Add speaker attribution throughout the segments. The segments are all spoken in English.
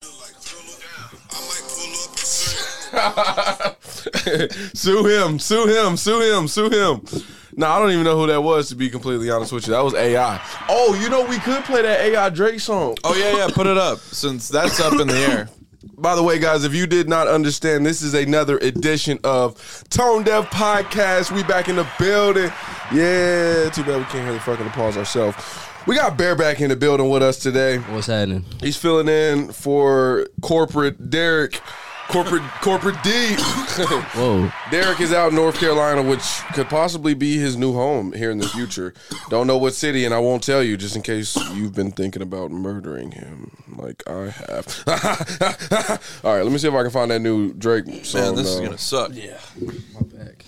Speaker 1: sue him, sue him, sue him, sue him. No, I don't even know who that was to be completely honest with you. That was AI. Oh, you know we could play that AI Drake song.
Speaker 2: Oh yeah, yeah. Put it up since that's up in the air.
Speaker 1: By the way, guys, if you did not understand, this is another edition of Tone Deaf Podcast. We back in the building. Yeah, too bad we can't hear the fucking applause ourselves. We got Bareback in the building with us today.
Speaker 3: What's happening?
Speaker 1: He's filling in for corporate Derek. Corporate corporate D.
Speaker 3: Whoa.
Speaker 1: Derek is out in North Carolina, which could possibly be his new home here in the future. Don't know what city, and I won't tell you just in case you've been thinking about murdering him, like I have. All right, let me see if I can find that new Drake song.
Speaker 2: Man, this is
Speaker 1: though.
Speaker 2: gonna suck. Yeah.
Speaker 3: My back.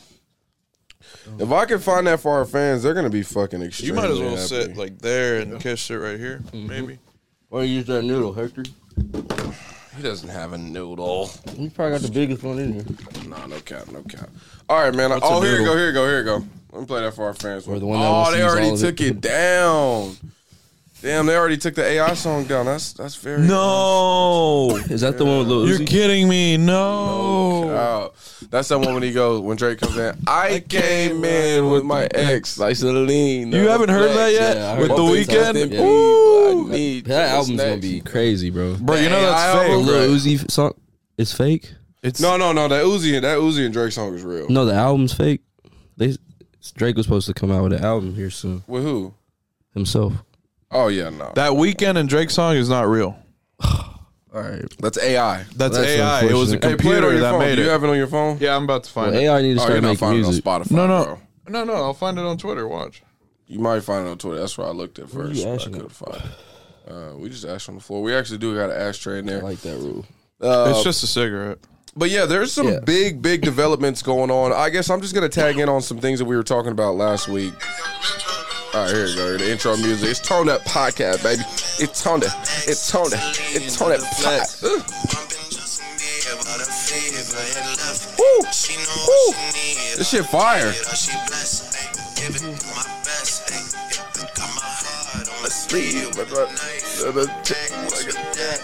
Speaker 1: if I can find that for our fans, they're gonna be fucking extremely.
Speaker 2: You might as well
Speaker 1: happy. Mm-hmm.
Speaker 2: sit like there and catch it right here, maybe.
Speaker 3: Why you use that noodle, Hector?
Speaker 1: He doesn't have a noodle.
Speaker 3: You probably got the biggest one in here.
Speaker 1: No, no cap, no cap. All right, man.
Speaker 2: a
Speaker 1: oh, here you
Speaker 2: noodle?
Speaker 1: go, here you go, here you go. Let me play that for our fans.
Speaker 3: Or the one that wants
Speaker 1: oh,
Speaker 3: to
Speaker 1: they
Speaker 3: use
Speaker 1: already
Speaker 3: all of
Speaker 1: took
Speaker 3: it.
Speaker 1: it down. Damn, they already took the AI song down. That's that's very
Speaker 2: No,
Speaker 3: Is that the one with Lil Uzi?
Speaker 2: kidding me. No.
Speaker 1: Wow. That's that one when he goes when Drake comes in. I came in with my ex, like Celine.
Speaker 2: You haven't heard that yet?
Speaker 3: Yeah, I
Speaker 2: With
Speaker 3: heard
Speaker 2: The
Speaker 3: that.
Speaker 2: Weeknd?
Speaker 3: Yeah.
Speaker 1: Ooh, I need
Speaker 3: That
Speaker 1: what's
Speaker 3: album's gonna
Speaker 1: next?
Speaker 3: be crazy, bro.
Speaker 2: Bro, you know
Speaker 1: The
Speaker 2: that's
Speaker 1: AI
Speaker 2: fake,
Speaker 3: The
Speaker 1: album?
Speaker 3: Lil Uzi f- song is fake.
Speaker 2: It's
Speaker 1: No, no, no. That Uzi, that Uzi and Drake song is real.
Speaker 3: No, the album's fake. They Drake was supposed to come out with an album here soon
Speaker 1: With who?
Speaker 3: himself.
Speaker 1: Oh yeah, no.
Speaker 2: that weekend and Drake song is not real.
Speaker 3: All right.
Speaker 1: That's AI.
Speaker 2: That's,
Speaker 3: That's
Speaker 2: AI. It was a
Speaker 3: unfortunate.
Speaker 1: Hey, play it on
Speaker 2: computer
Speaker 1: your
Speaker 2: that
Speaker 1: phone.
Speaker 2: made
Speaker 1: Do you
Speaker 2: it.
Speaker 1: have it on your phone?
Speaker 2: Yeah, I'm about to
Speaker 3: Well,
Speaker 2: find it.
Speaker 3: AI need to
Speaker 1: Oh, you're
Speaker 3: start
Speaker 1: not
Speaker 3: making
Speaker 1: finding
Speaker 3: music.
Speaker 1: it on Spotify.
Speaker 2: No, no,
Speaker 1: bro.
Speaker 2: no, no. I'll find it on Twitter. Watch.
Speaker 1: You might find it on Twitter. That's where I looked at
Speaker 3: are
Speaker 1: first.
Speaker 3: you
Speaker 1: but I
Speaker 3: ashing
Speaker 1: couldn't find it. Uh, we just ash on the floor. We actually do got an ashtray in
Speaker 3: I
Speaker 1: there.
Speaker 3: like that rule.
Speaker 1: Uh,
Speaker 2: it's just a cigarette.
Speaker 1: But yeah, there's some
Speaker 3: Yeah.
Speaker 1: big, big developments going on. I guess I'm just gonna tag in on some things that we were talking about last week. All right, here we go. The intro music. It's Tone That Podcast, baby. It's Tone That. It's Tone That. It's Tone That Pod. Ugh. Woo. Woo. This shit fire.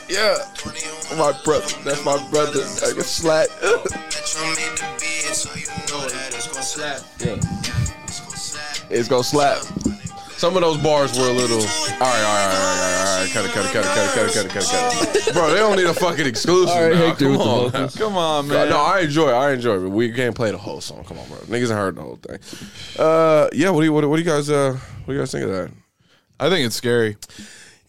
Speaker 1: Yeah, my brother. That's my brother. I can slap.
Speaker 3: Yeah.
Speaker 1: It's gonna slap. Some of those bars were a little. All right, all right, all right, all right, all right. Cut it, cut it, cut it, cut it, cut it, cut it, cut it, cut it. Bro, they don't need a fucking exclusive.
Speaker 3: All right,
Speaker 1: now.
Speaker 3: Hector
Speaker 1: Come
Speaker 3: with the
Speaker 1: on.
Speaker 3: vocals.
Speaker 2: Come on,
Speaker 1: No,
Speaker 2: man.
Speaker 1: no, I enjoy it. I enjoy it. But we can't play the whole song. Come on, bro. Niggas ain't heard the whole thing. Uh, yeah. What do you what, do- what do you guys uh what do you guys think of that?
Speaker 2: I think it's scary.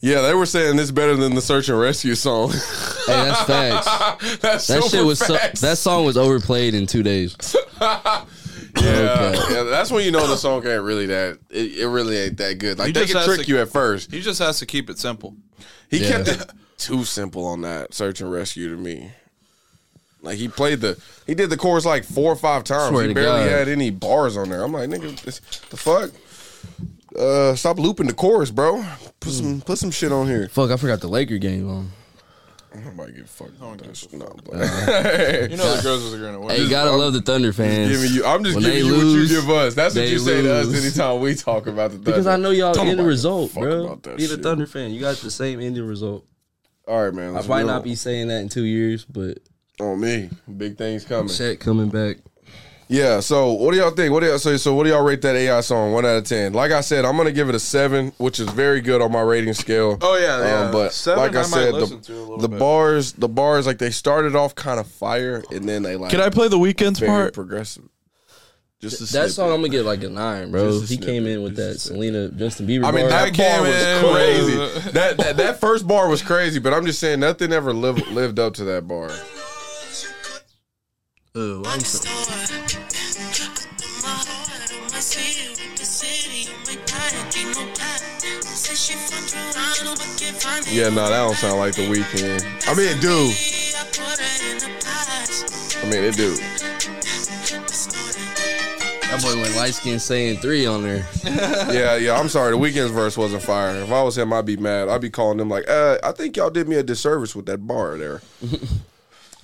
Speaker 1: Yeah, they were saying this better than the search and rescue song.
Speaker 3: Hey, that's facts.
Speaker 1: That's
Speaker 3: That
Speaker 1: super
Speaker 3: shit was so,
Speaker 1: facts.
Speaker 3: that song was overplayed in two days.
Speaker 1: yeah,
Speaker 3: okay.
Speaker 1: yeah, that's when you know the song ain't really that. It, it really ain't that good. Like
Speaker 2: You
Speaker 1: they
Speaker 2: just
Speaker 1: can
Speaker 2: has to-
Speaker 1: trick you at first.
Speaker 2: He just has to keep it simple.
Speaker 1: He
Speaker 3: Yeah.
Speaker 1: kept it too simple on that search and rescue to me. Like he played the he did the chorus like four or five times.
Speaker 3: Swear
Speaker 1: he
Speaker 3: to
Speaker 1: barely
Speaker 3: God.
Speaker 1: had any bars on there. I'm like, nigga, this, the fuck? Uh, stop looping the chorus, bro. Put some put some shit on here.
Speaker 3: Fuck, I forgot the Laker game um. on.
Speaker 1: I'm about to get fucked. with this. No, but-
Speaker 2: You know the girls are gonna win.
Speaker 3: Hey, you gotta love the Thunder fans.
Speaker 1: giving you, I'm just
Speaker 3: When
Speaker 1: giving
Speaker 3: they
Speaker 1: you
Speaker 3: lose,
Speaker 1: what you give us. That's what
Speaker 3: they
Speaker 1: you say to us
Speaker 3: lose.
Speaker 1: anytime we talk about the Thunder.
Speaker 3: Because I know y'all
Speaker 1: Don't nobody
Speaker 3: end
Speaker 1: give a
Speaker 3: result,
Speaker 1: fuck
Speaker 3: bro.
Speaker 1: about that
Speaker 3: Be the
Speaker 1: shit.
Speaker 3: Thunder fan. You got the same ending result.
Speaker 1: All right, man.
Speaker 3: I
Speaker 1: let's
Speaker 3: might
Speaker 1: move
Speaker 3: not
Speaker 1: on.
Speaker 3: be saying that in two years, but
Speaker 1: on me. Big things coming.
Speaker 3: Chet coming back.
Speaker 1: Yeah. So what do y'all think? What do y'all say? So what do y'all rate that AI song? One out of ten. Like I said, I'm gonna give it a seven, which is very good on my rating scale.
Speaker 2: Oh, yeah, yeah.
Speaker 1: Um, but
Speaker 2: Seven,
Speaker 1: like I,
Speaker 2: I might
Speaker 1: said,
Speaker 2: listen to a
Speaker 1: the,
Speaker 2: little
Speaker 1: the
Speaker 2: bit.
Speaker 1: bars, the bars, like they started off kind of fire, and then they like
Speaker 2: Can I play the weekend's
Speaker 1: very
Speaker 2: part?
Speaker 1: progressive. Just a
Speaker 3: That
Speaker 1: snippet.
Speaker 3: song, I'm gonna get like a nine, bro.
Speaker 1: Just a
Speaker 3: He came
Speaker 1: snippet.
Speaker 3: in with
Speaker 1: Just a
Speaker 3: that Selena Justin Bieber.
Speaker 1: I mean,
Speaker 3: bar.
Speaker 2: That
Speaker 1: that bar was
Speaker 2: came in
Speaker 1: crazy. that, that that first bar was crazy, but I'm just saying nothing ever lived lived up to that bar.
Speaker 3: Ooh, I'm so-
Speaker 1: Yeah, no, that don't sound like the weekend. I mean, it do. I mean, it do.
Speaker 3: that boy went light skin saying three on there.
Speaker 1: Yeah, yeah. I'm sorry. The weekend's verse wasn't fire. If I was him, I'd be mad. I'd be calling them like, uh, I think y'all did me a disservice with that bar there.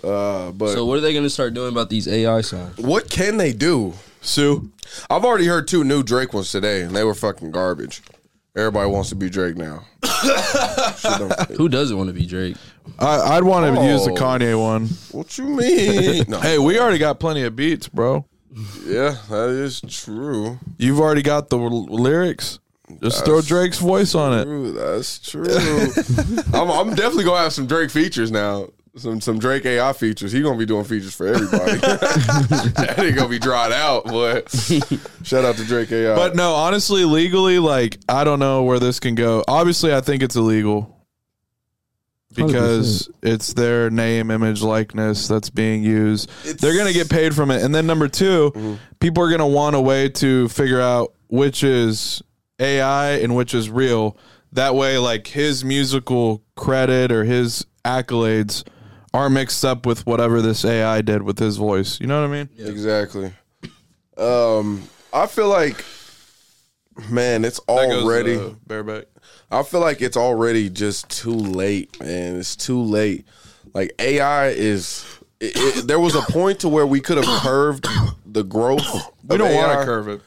Speaker 1: uh, but
Speaker 3: So what are they gonna start doing about these AI songs?
Speaker 1: what can they do?
Speaker 2: Sue.
Speaker 1: I've already heard two new Drake ones today, and they were fucking garbage. Everybody wants to be Drake now. Shit don't-
Speaker 3: Who doesn't want to be Drake?
Speaker 2: I, I'd want to use the
Speaker 1: Oh.
Speaker 2: Kanye one.
Speaker 1: what you mean? No.
Speaker 2: Hey, we already got plenty of beats, bro.
Speaker 1: Yeah, that is true.
Speaker 2: You've already got the l- lyrics. Just throw Drake's voice on it.
Speaker 1: True, that's true. I'm, I'm definitely gonna have some Drake features now. Some some Drake AI features. He gonna be doing features for everybody. that ain't gonna be dried out, but shout out to Drake AI.
Speaker 2: But no, honestly, legally, like I don't know where this can go. Obviously, I think it's illegal because it's their name, image, likeness that's being used. They're gonna get paid from it, and then number 2 people are gonna want a way to figure out which is AI and which is real. That way, like his musical credit or his accolades are mixed up with whatever this AI did with his voice. You know what I mean?
Speaker 1: exactly. Um, I feel like, man, it's already.
Speaker 2: uh, bareback.
Speaker 1: I feel like it's already just too late, man. It's too late. Like AI is. It, it, there was a point to where we could have curved the growth.
Speaker 2: We
Speaker 1: of
Speaker 2: don't want
Speaker 1: AI.
Speaker 2: to curve it.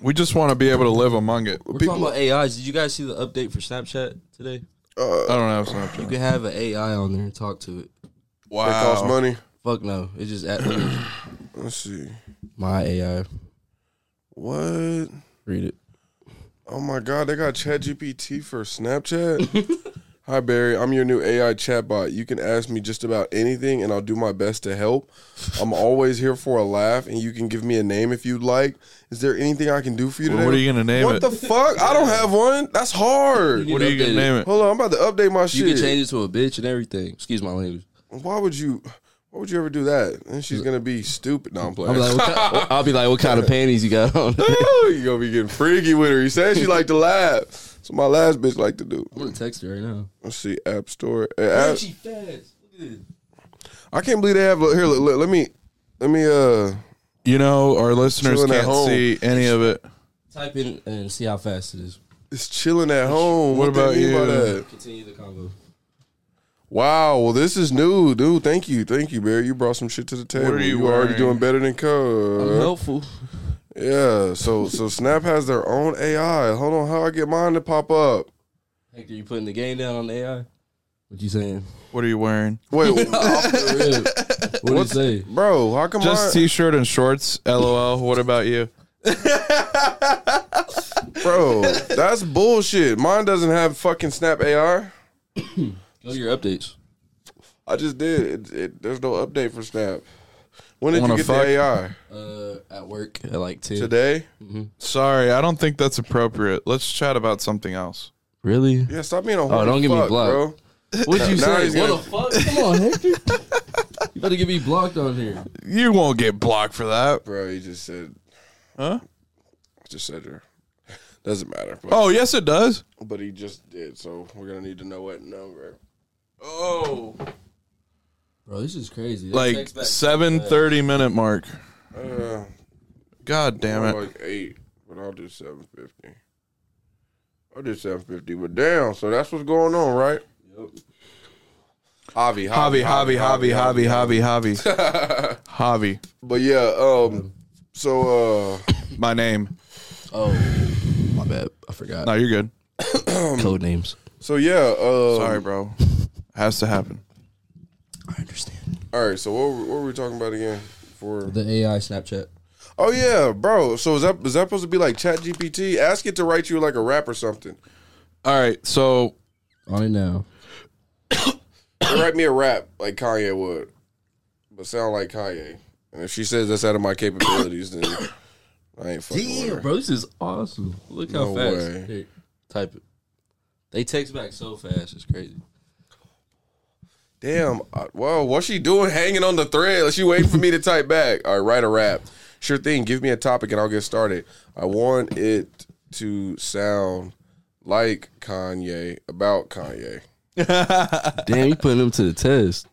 Speaker 2: We just want to be able to live among it.
Speaker 3: We're talking about AIs. Did you guys see the update for Snapchat today?
Speaker 1: Uh,
Speaker 2: I don't have Snapchat.
Speaker 3: You can have an AI on there and talk to it.
Speaker 1: It costs money.
Speaker 3: Fuck no. It's just at
Speaker 1: Let's see.
Speaker 3: my AI.
Speaker 1: What?
Speaker 3: Read it.
Speaker 1: Oh my God, they got ChatGPT for Snapchat. Hi Barry, I'm your new AI chatbot. You can ask me just about anything, and I'll do my best to help. I'm always here for a laugh, and you can give me a name if you'd like. Is there anything I can do for you today?
Speaker 2: Well, what are you gonna name
Speaker 1: What
Speaker 2: it?
Speaker 1: the fuck? I don't have one. That's hard.
Speaker 2: What are you gonna
Speaker 3: Updated.
Speaker 2: name it?
Speaker 1: Hold on, I'm about to update my
Speaker 3: You
Speaker 1: shit.
Speaker 3: can change it to a bitch and everything. Excuse my language.
Speaker 1: Why would you? Why would you ever do that? And she's gonna be stupid. No, I'm playing.
Speaker 3: I'm like, what ki- I'll be like, what kind of panties you got on? I'm
Speaker 1: Ooh, you gonna be getting freaky with her. He said she liked to laugh. That's what my last bitch like to do.
Speaker 3: gonna text her right now.
Speaker 1: Let's see, App Store. Uh, app,
Speaker 3: she fast. Look at this.
Speaker 1: I can't believe they have. Look, here, look, look, let me, let me. Uh,
Speaker 2: You know, our listeners
Speaker 1: Chilling at
Speaker 2: can't
Speaker 1: home.
Speaker 2: see any of it.
Speaker 3: Type in and see how fast it is.
Speaker 1: it's chilling at home.
Speaker 2: What
Speaker 1: they
Speaker 2: about
Speaker 1: mean by
Speaker 2: you?
Speaker 1: that?
Speaker 3: Continue the convo.
Speaker 1: Wow. Well, this is new, dude. Thank you, thank you, Barry. You brought some shit to the table.
Speaker 2: are you
Speaker 1: already
Speaker 2: wearing?
Speaker 1: doing better than Cub.
Speaker 3: I'm helpful.
Speaker 1: Yeah. So, so Snap has their own AI. Hold on, how I get mine to pop up?
Speaker 3: Hector, you putting the game down on the AI? What you saying?
Speaker 2: What are you wearing?
Speaker 1: Wait,
Speaker 3: what do you say?
Speaker 1: bro. How come?
Speaker 2: Just
Speaker 1: mine-
Speaker 2: t-shirt and shorts. LOL. What about you?
Speaker 1: bro, that's bullshit. Mine doesn't have fucking Snap AI.
Speaker 3: Go to your updates.
Speaker 1: I just did. It, it, there's no update for Snap. When did
Speaker 2: Wanna
Speaker 1: you get
Speaker 2: fuck?
Speaker 1: the AI?
Speaker 3: Uh, at work at like ten.
Speaker 1: Today?
Speaker 2: Sorry, I don't think that's appropriate. Let's chat about something else.
Speaker 3: Really?
Speaker 1: Yeah, stop being a horny
Speaker 3: don't get me
Speaker 1: fuck,
Speaker 3: blocked.
Speaker 1: bro.
Speaker 3: What'd you
Speaker 1: Now
Speaker 3: say?
Speaker 1: he's gonna-
Speaker 3: What the fuck? Come on, Hector. you better get me blocked on here.
Speaker 2: You won't get blocked for that.
Speaker 1: Bro, you just said.
Speaker 2: Huh?
Speaker 1: I just said her. Doesn't matter. But,
Speaker 2: Oh, yes, it does.
Speaker 1: but he just did, so we're gonna need to know what number.
Speaker 2: Oh,
Speaker 3: Bro, this is crazy. That
Speaker 2: like
Speaker 3: text back-
Speaker 2: seven thirty minute mark.
Speaker 1: Uh,
Speaker 2: God damn
Speaker 1: I'm
Speaker 2: it.
Speaker 1: like eight, but I'll do seven fifty. I'll do seven fifty, but damn. So that's what's going on, right? Javi,
Speaker 2: Hobby, hobby, hobby, hobby, hobby, hobby, hobby.
Speaker 1: But yeah, um, so uh,
Speaker 2: My name.
Speaker 3: Oh, my bad. I forgot.
Speaker 2: No, you're good.
Speaker 3: Code names.
Speaker 1: so yeah, uh,
Speaker 2: Sorry, bro. Has to happen.
Speaker 3: I understand.
Speaker 1: All right, so what were, what were we talking about again? For
Speaker 3: The AI Snapchat.
Speaker 1: oh yeah, bro. So is that is that supposed to be like Chat GPT? Ask it to write you like a rap or something.
Speaker 2: All right, so
Speaker 3: On it now.
Speaker 1: Or write me a rap like Kanye would, but sound like Kanye. And if she says that's out of my capabilities, then I ain't fucking with her.
Speaker 3: bro, this is awesome. Look how
Speaker 1: No
Speaker 3: fast.
Speaker 1: way.
Speaker 3: Here, type it. They text back so fast. It's crazy.
Speaker 1: Damn. I- Whoa, what's she doing hanging on the thread? She waiting for me to type back. All right, write a rap. Sure thing. Give me a topic and I'll get started. I want it to sound like Kanye about Kanye.
Speaker 3: Damn, you putting them to the test.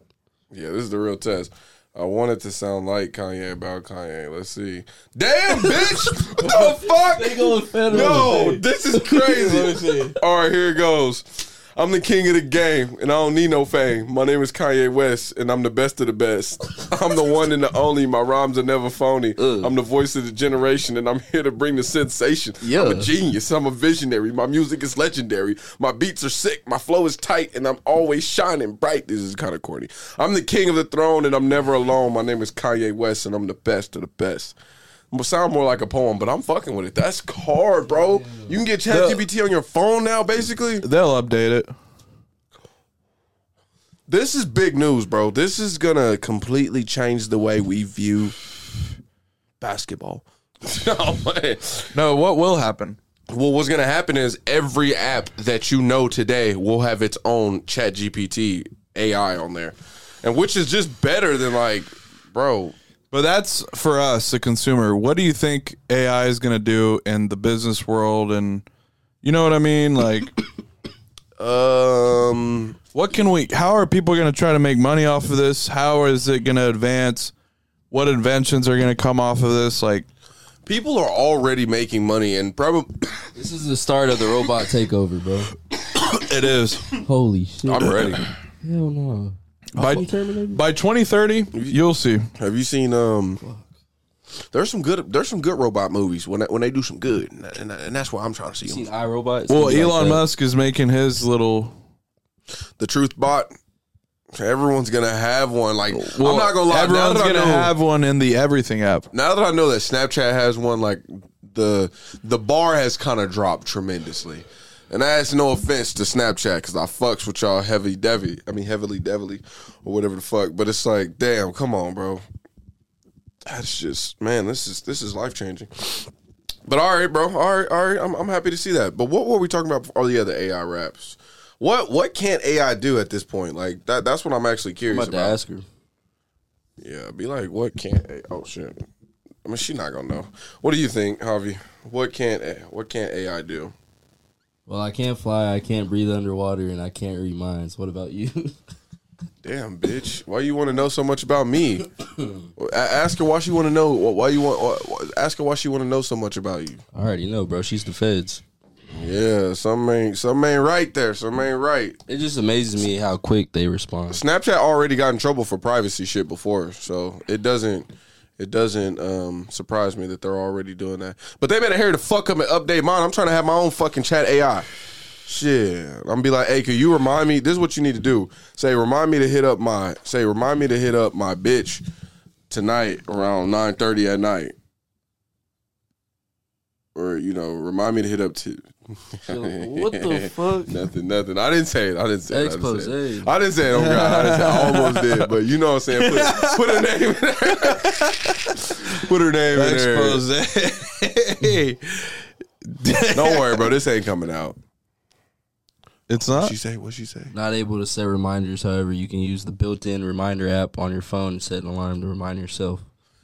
Speaker 1: Yeah, this is the real test. I want it to sound like Kanye about Kanye. Let's see. Damn, bitch! what the fuck?
Speaker 3: going federal.
Speaker 1: No, this is crazy. All right, here it goes. I'm the king of the game, and I don't need no fame. My name is Kanye West, and I'm the best of the best. I'm the one and the only. My rhymes are never phony. I'm the voice of the generation, and I'm here to bring the sensation. I'm a
Speaker 3: Yeah.
Speaker 1: genius. I'm a visionary. My music is legendary. My beats are sick. My flow is tight, and I'm always shining bright. This is kind of corny. I'm the king of the throne, and I'm never alone. My name is Kanye West, and I'm the best of the best. Mo- Sound more like a poem, but I'm fucking with it. That's hard, bro. You can get ChatGPT on your phone now, basically.
Speaker 2: They'll update it.
Speaker 1: This is big news, bro. This is gonna completely change the way we view basketball. no, man.
Speaker 2: No, what will happen?
Speaker 1: Well, what's going to happen is every app that you know today will have its own Chat GPT AI on there, and which is just better than like, bro.
Speaker 2: But that's for us, the consumer. What do you think AI is going to do in the business world? And you know what I mean? Like,
Speaker 1: Um,
Speaker 2: what can we, how are people going to try to make money off of this? How is it going to advance? What inventions are going to come off of this? Like,
Speaker 1: people are already making money, and probably
Speaker 3: This is the start of the robot takeover, bro.
Speaker 2: it is.
Speaker 3: Holy shit!
Speaker 1: I'm ready.
Speaker 3: Hell no.
Speaker 2: By,
Speaker 3: I'm terminated.
Speaker 2: by 2030, you'll see.
Speaker 1: Have you seen um? There's some good. There's some good robot movies when they, when they do some good, and, and, and that's what I'm trying to see. 'em.
Speaker 3: Seen iRobot?
Speaker 2: Well,
Speaker 3: Something like
Speaker 2: Elon
Speaker 3: that.
Speaker 2: Musk is making his little.
Speaker 1: The Truth Bot. Everyone's gonna have one. Like
Speaker 2: Well,
Speaker 1: I'm not gonna lie. now
Speaker 2: Everyone's
Speaker 1: that I
Speaker 2: going to
Speaker 1: know-
Speaker 2: have one in the Everything app.
Speaker 1: now that I know that Snapchat has one, like the the bar has kind of dropped tremendously. And that's no offense to Snapchat because I fucks with y'all heavy devy. I mean heavily devilly or whatever the fuck. But it's like, damn, come on, bro. That's just man, this is this is life changing. But all right, bro. All right, all right. I'm, I'm happy to see that. But what were we talking about? All the other AI raps. What what can't AI do at this point? Like that. That's what I'm actually
Speaker 3: I'm
Speaker 1: curious
Speaker 3: about to
Speaker 1: about.
Speaker 3: ask her.
Speaker 1: Yeah, be like, what can't? A- Oh shit! I mean, she not gonna know. What do you think, Javi? What can't? A- What can't AI do?
Speaker 3: Well, I can't fly, I can't breathe underwater, and I can't read minds. What about you?
Speaker 1: Damn, bitch! Why you want to know so much about me? A- ask her why she want to know. Why you want? why- why- Ask her why she want to know so much about you.
Speaker 3: I already know, bro. She's the feds.
Speaker 1: Oh, Yeah, some ain't some ain't right there. Some ain't right.
Speaker 3: It just amazes me how quick they respond.
Speaker 1: Snapchat already got in trouble for privacy shit before, so it doesn't it doesn't um, surprise me that they're already doing that. But they better hear the fuck up and update mine. I'm trying to have my own fucking chat AI. Shit, I'm gonna be like, hey, can you remind me? This is what you need to do. Say, remind me to hit up my say, remind me to hit up my bitch tonight around 9:30 at night. Or you know, remind me to hit up to.
Speaker 3: What the fuck?
Speaker 1: Nothing, nothing. I didn't say it. I didn't say it. I didn't say it.
Speaker 3: Expose.
Speaker 1: I didn't say it on God. I, didn't say, I almost did, but you know what I'm saying. Put, put her name in there. Put her name in there. Don't worry, bro. This ain't coming out.
Speaker 2: it's not.
Speaker 1: She say what she say.
Speaker 3: Not able to set reminders, however, you can use the built in reminder app on your phone and set an alarm to remind yourself.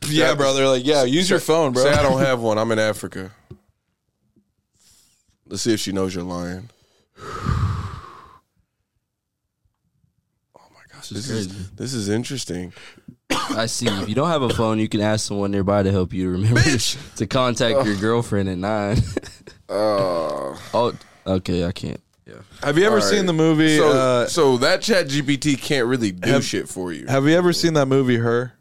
Speaker 2: Yeah, bro. They're like, yeah, use your phone, bro.
Speaker 1: Say I don't have one. I'm in Africa. Let's see if she knows you're lying. Oh my gosh, this is
Speaker 3: crazy.
Speaker 1: this is interesting.
Speaker 3: I see. If you don't have a phone, you can ask someone nearby to help you to remember to contact your girlfriend at nine.
Speaker 1: Uh,
Speaker 3: oh, okay, I can't. Yeah.
Speaker 2: Have you ever
Speaker 1: All right.
Speaker 2: seen the movie?
Speaker 1: so
Speaker 2: uh,
Speaker 1: so that Chat GPT can't really do
Speaker 2: Have-
Speaker 1: shit for you.
Speaker 2: have you ever seen that movie? Her.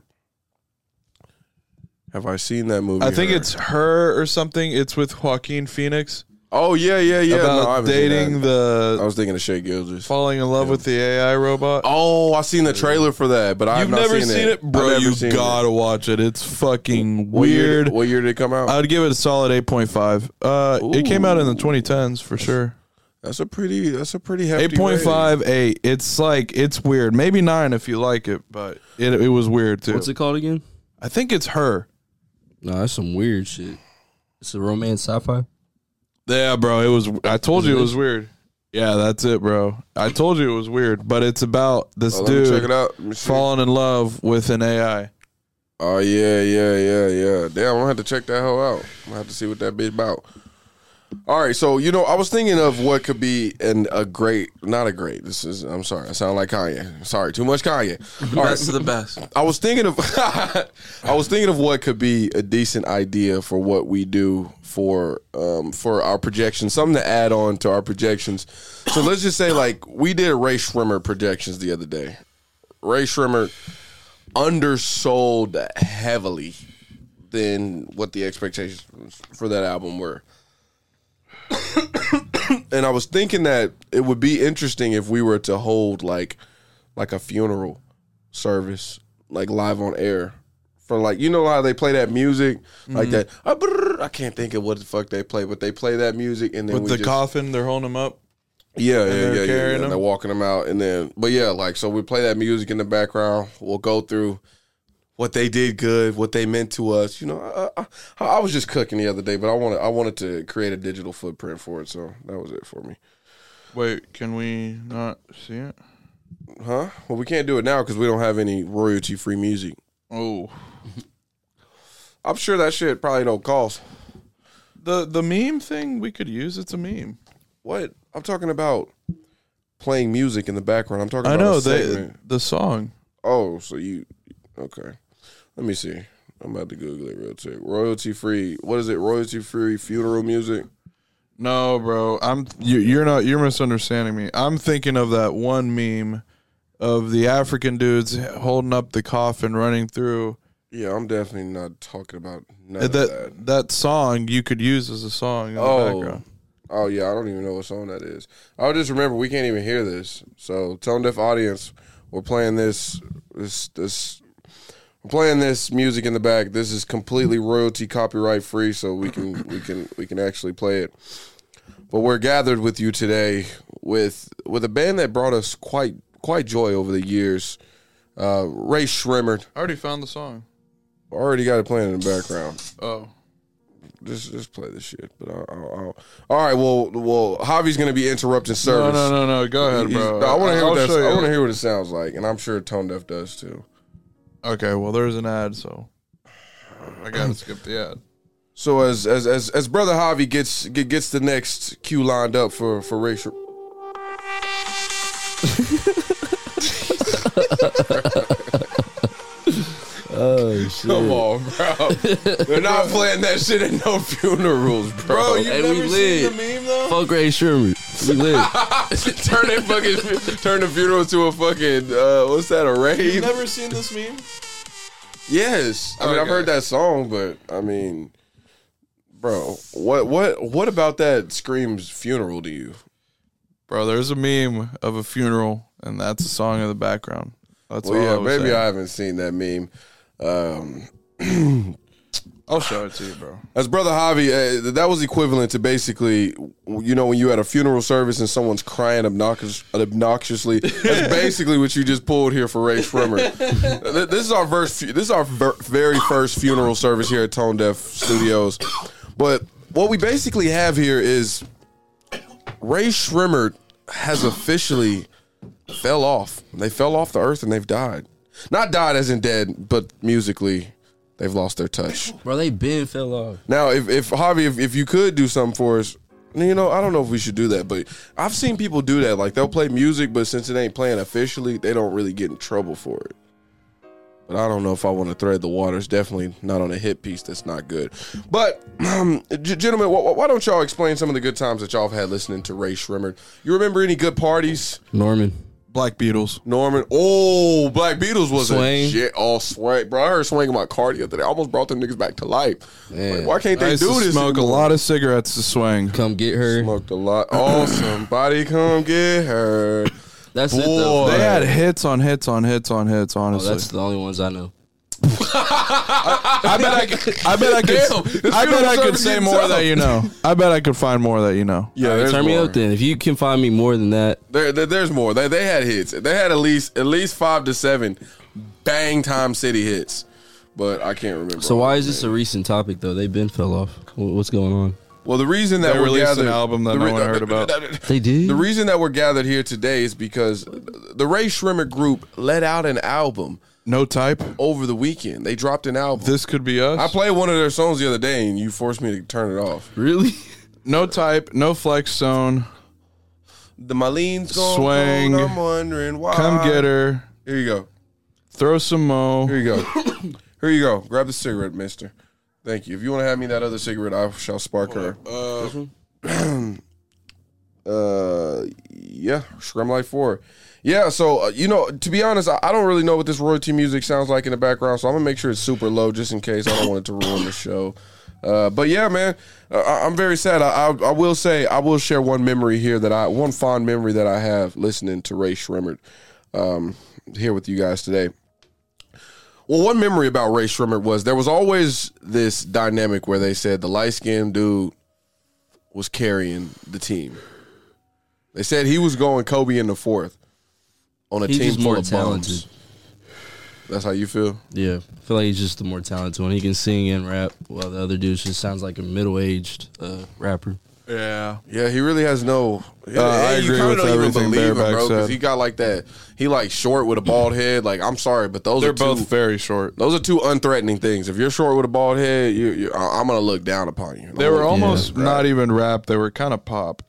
Speaker 1: Have I seen that movie?
Speaker 2: I think
Speaker 1: Her?
Speaker 2: it's her or something. It's with Joaquin Phoenix
Speaker 1: oh yeah yeah yeah. No, I
Speaker 2: about
Speaker 1: haven't seen that.
Speaker 2: dating
Speaker 1: I
Speaker 2: the
Speaker 1: was thinking of Shea Gilders.
Speaker 2: falling in love with the AI robot.
Speaker 1: Oh, I seen the trailer for that, but I've
Speaker 2: You've
Speaker 1: not
Speaker 2: never
Speaker 1: seen, it,
Speaker 2: bro.
Speaker 1: I've never
Speaker 2: You
Speaker 1: seen it.
Speaker 2: gotta watch it. It's fucking
Speaker 1: What year
Speaker 2: weird.
Speaker 1: did- What year did it come out?
Speaker 2: I'd give it a solid eight point five. Uh, it came out in the 2010s for sure.
Speaker 1: that's a pretty. That's a pretty hefty.
Speaker 2: Eight point
Speaker 1: rating.
Speaker 2: five eight. It's like it's weird. Maybe nine if you like it, but it it was weird too.
Speaker 3: What's it called again?
Speaker 2: I think it's her.
Speaker 3: No, that's some weird shit. It's a romance sci fi.
Speaker 2: Yeah, bro. It was. I told you it
Speaker 3: it?
Speaker 2: was weird. Yeah, that's it, bro. I told you it was weird, but it's about this
Speaker 1: Oh, let me check it
Speaker 2: dude
Speaker 1: out. Let me see.
Speaker 2: falling in love with an AI.
Speaker 1: Oh yeah, yeah, yeah, yeah. Damn, I'm gonna have to check that hoe out. I'm gonna have to see what that bitch about. All right, so you know, I was thinking of what could be an a great, not a great. This is, I'm sorry, I sound like Kanye. Sorry, too much Kanye. All right,
Speaker 4: Best of the best.
Speaker 1: I was thinking of, I was thinking of what could be a decent idea for what we do for um for our projections, something to add on to our projections. So let's just say, like, we did Ray Schremer projections the other day. Ray Schremer undersold heavily than what the expectations for that album were and I was thinking that it would be interesting if we were to hold like like a funeral service like live on air for like you know how they play that music
Speaker 2: Mm-hmm.
Speaker 1: like that ah, brrr, I can't think of what the fuck they play but they play that music and then
Speaker 2: With
Speaker 1: we
Speaker 2: the
Speaker 1: just,
Speaker 2: coffin, they're holding him up.
Speaker 1: yeah yeah yeah
Speaker 2: they're
Speaker 1: yeah, yeah.
Speaker 2: carrying
Speaker 1: and
Speaker 2: them.
Speaker 1: they're walking them out and then but yeah like so we play that music in the background we'll go through what they did good what they meant to us you know I, I, I was just cooking the other day but I wanted I wanted to create a digital footprint for it so that was it for me.
Speaker 2: Wait, can we not see it?
Speaker 1: Huh? Well, we can't do it now because we don't have any royalty free music.
Speaker 2: Oh,
Speaker 1: I'm sure that shit probably don't cost.
Speaker 2: the the meme thing we could use. It's a meme.
Speaker 1: What? I'm talking about playing music in the background. I'm talking
Speaker 2: I
Speaker 1: about
Speaker 2: know
Speaker 1: a
Speaker 2: they
Speaker 1: segment.
Speaker 2: the song.
Speaker 1: Oh, so you okay. Let me see. I'm about to Google it real quick. Royalty free. What is it? Royalty free funeral music?
Speaker 2: No, bro. I'm you, you're not you're misunderstanding me. I'm thinking of that one meme of the African dudes holding up the coffin running through
Speaker 1: Yeah, I'm definitely not talking about none
Speaker 2: that
Speaker 1: of that.
Speaker 2: Uh, that, song you could use as a song in the
Speaker 1: Oh.
Speaker 2: background.
Speaker 1: Oh yeah, I don't even know what song that is. I just remember we can't even hear this. So tone deaf audience, we're playing this this this we're playing this music in the back. This is completely royalty copyright free, so we can we can we can actually play it. But we're gathered with you today with with a band that brought us quite quite joy over the years. Uh, Ray Shrimmer
Speaker 2: I already found the song.
Speaker 1: already got it playing in the background
Speaker 2: Oh.
Speaker 1: just just play this shit. But I'll, I'll, I'll. all right, well, well, Javi's gonna be interrupting
Speaker 2: No,
Speaker 1: service.
Speaker 2: no, no, no. Go ahead,
Speaker 1: He's-
Speaker 2: bro.
Speaker 1: no, I want to hear
Speaker 2: I'll
Speaker 1: what that's,
Speaker 2: show
Speaker 1: I
Speaker 2: you.
Speaker 1: want to hear what it sounds like, and I'm sure Tone Deaf does too.
Speaker 2: Okay, well there's an ad, so I gotta skip the ad.
Speaker 1: So as as as, as brother Javi gets get, gets the next cue lined up for for racial.
Speaker 3: Oh shit!
Speaker 1: Come on, bro. They're not playing that shit at no funerals, bro.
Speaker 2: you
Speaker 3: Hey, we never seen lit. the
Speaker 2: meme though?
Speaker 3: Fuck Ray Sherman. We lit.
Speaker 1: turn that fucking turn the funeral to a fucking uh, what's that a rave?
Speaker 2: never seen this meme?
Speaker 1: Yes, I mean I've
Speaker 2: Okay.
Speaker 1: heard that song, but I mean, bro, what what what about that screams funeral to you?
Speaker 2: Bro, there's a meme of a funeral and that's a song in the background. That's
Speaker 1: Well,
Speaker 2: all I
Speaker 1: yeah,
Speaker 2: was
Speaker 1: maybe
Speaker 2: saying.
Speaker 1: I haven't seen that meme. Um,
Speaker 2: I'll show it to you, bro.
Speaker 1: As brother Javi, uh, that was equivalent to basically, you know, when you had a funeral service and someone's crying obnoxious, obnoxiously. That's basically what you just pulled here for Ray Schremer. Th- this is our first, fu- this is our ver- very first funeral service here at Tone Deaf Studios. But what we basically have here is Ray Schremer has officially fell off. They fell off the earth and they've died. Not died as in dead, but musically, they've lost their touch.
Speaker 3: Bro, they been fell off.
Speaker 1: Now, if if Javi, if, if you could do something for us, you know, I don't know if we should do that, but I've seen people do that. Like they'll play music, but since it ain't playing officially, they don't really get in trouble for it. But I don't know if I want to thread the waters. Definitely not on a hit piece that's not good. But, um, g- gentlemen, wh- wh- why don't y'all explain some of the good times that y'all have had listening to Ray Shrimmer? You remember any good parties?
Speaker 3: Norman.
Speaker 2: Black Beatles.
Speaker 1: Norman. Oh, Black Beatles was a
Speaker 3: Swain.
Speaker 1: shit. Oh, Swain. Bro, I heard Swain in my car the other day. I almost brought them niggas back to life. Like,
Speaker 3: Man.
Speaker 1: why can't they
Speaker 2: I used
Speaker 1: do
Speaker 2: to
Speaker 1: this?
Speaker 2: smoke a
Speaker 1: anymore?
Speaker 2: lot of cigarettes to swing.
Speaker 3: Come get her.
Speaker 1: Smoked a lot. Oh, somebody come get her.
Speaker 3: That's it though.
Speaker 1: Boy.
Speaker 2: They
Speaker 3: Fuck.
Speaker 2: had hits on hits on hits on hits.
Speaker 3: Oh,
Speaker 2: Honestly,
Speaker 3: that's the only ones I know.
Speaker 2: I bet I, could- I bet I
Speaker 1: Damn,
Speaker 2: could.
Speaker 1: this
Speaker 2: I
Speaker 1: funeral
Speaker 2: bet I could
Speaker 1: service
Speaker 2: say
Speaker 1: getting
Speaker 2: more
Speaker 1: tough.
Speaker 2: that you know. I bet I could find more that you know.
Speaker 1: Yeah, there's
Speaker 3: Turn me
Speaker 1: more.
Speaker 3: up then. If you can find me more than that,
Speaker 1: There, there- there's more. They, they had hits. They had at least at least five to seven bang time city hits, but I can't remember.
Speaker 3: so
Speaker 1: all
Speaker 3: why
Speaker 1: of
Speaker 3: is
Speaker 1: them.
Speaker 3: this a recent topic though? They been fell off. Wh- What's going on?
Speaker 1: Well, the reason that
Speaker 2: They
Speaker 1: we're
Speaker 2: released an
Speaker 1: gathered-
Speaker 2: album that
Speaker 1: the
Speaker 2: no one heard about.
Speaker 3: They did.
Speaker 1: The reason that we're gathered here today is because the Ray Shrimmer group let out an album
Speaker 2: No type.
Speaker 1: over the weekend. They dropped an album.
Speaker 2: This could be us.
Speaker 1: I played one of their songs the other day, and you forced me to turn it off.
Speaker 3: really?
Speaker 2: no type, no flex zone.
Speaker 1: The Malene's going
Speaker 2: Swing.
Speaker 1: cold, I'm wondering why.
Speaker 2: Come get her.
Speaker 1: Here you go.
Speaker 2: Throw some mo.
Speaker 1: Here you go. Here you go. Grab the cigarette, mister. Thank you. If you want to have me that other cigarette, I shall spark her. Uh, yeah, Scrum Life 4. Yeah, so, uh, you know, to be honest, I, I don't really know what this royalty music sounds like in the background, so I'm going to make sure it's super low just in case I don't want it to ruin the show. Uh, but yeah, man, uh, I, I'm very sad. I, I, I will say, I will share one memory here that I, one fond memory that I have listening to Ray Shremmerd um, here with you guys today. Well, one memory about Ray Shrimmer was there was always this dynamic where they said the light skinned dude was carrying the team. They said he was going Kobe in the fourth on a
Speaker 3: He's
Speaker 1: team
Speaker 3: just more
Speaker 1: full of
Speaker 3: talented.
Speaker 1: bums. That's how you feel.
Speaker 3: Yeah, I feel like he's just the more talented one. He can sing and rap, while the other dude just sounds like a middle-aged uh, rapper.
Speaker 2: Yeah.
Speaker 1: Yeah, he really has no. uh, Yeah,
Speaker 2: I
Speaker 1: you
Speaker 2: agree
Speaker 1: kinda
Speaker 2: with
Speaker 1: don't even
Speaker 2: everything
Speaker 1: believe him,
Speaker 2: Bareback
Speaker 1: bro, 'cause
Speaker 2: said.
Speaker 1: He got like that. He like short with a bald head. Like I'm sorry, but those
Speaker 2: They're
Speaker 1: are two,
Speaker 2: both very short.
Speaker 1: Those are two unthreatening things. If you're short with a bald head, you, you, I- I'm gonna look down upon you.
Speaker 2: They
Speaker 1: I'm
Speaker 2: were
Speaker 1: gonna-
Speaker 2: almost not even rap. They were kind of pop.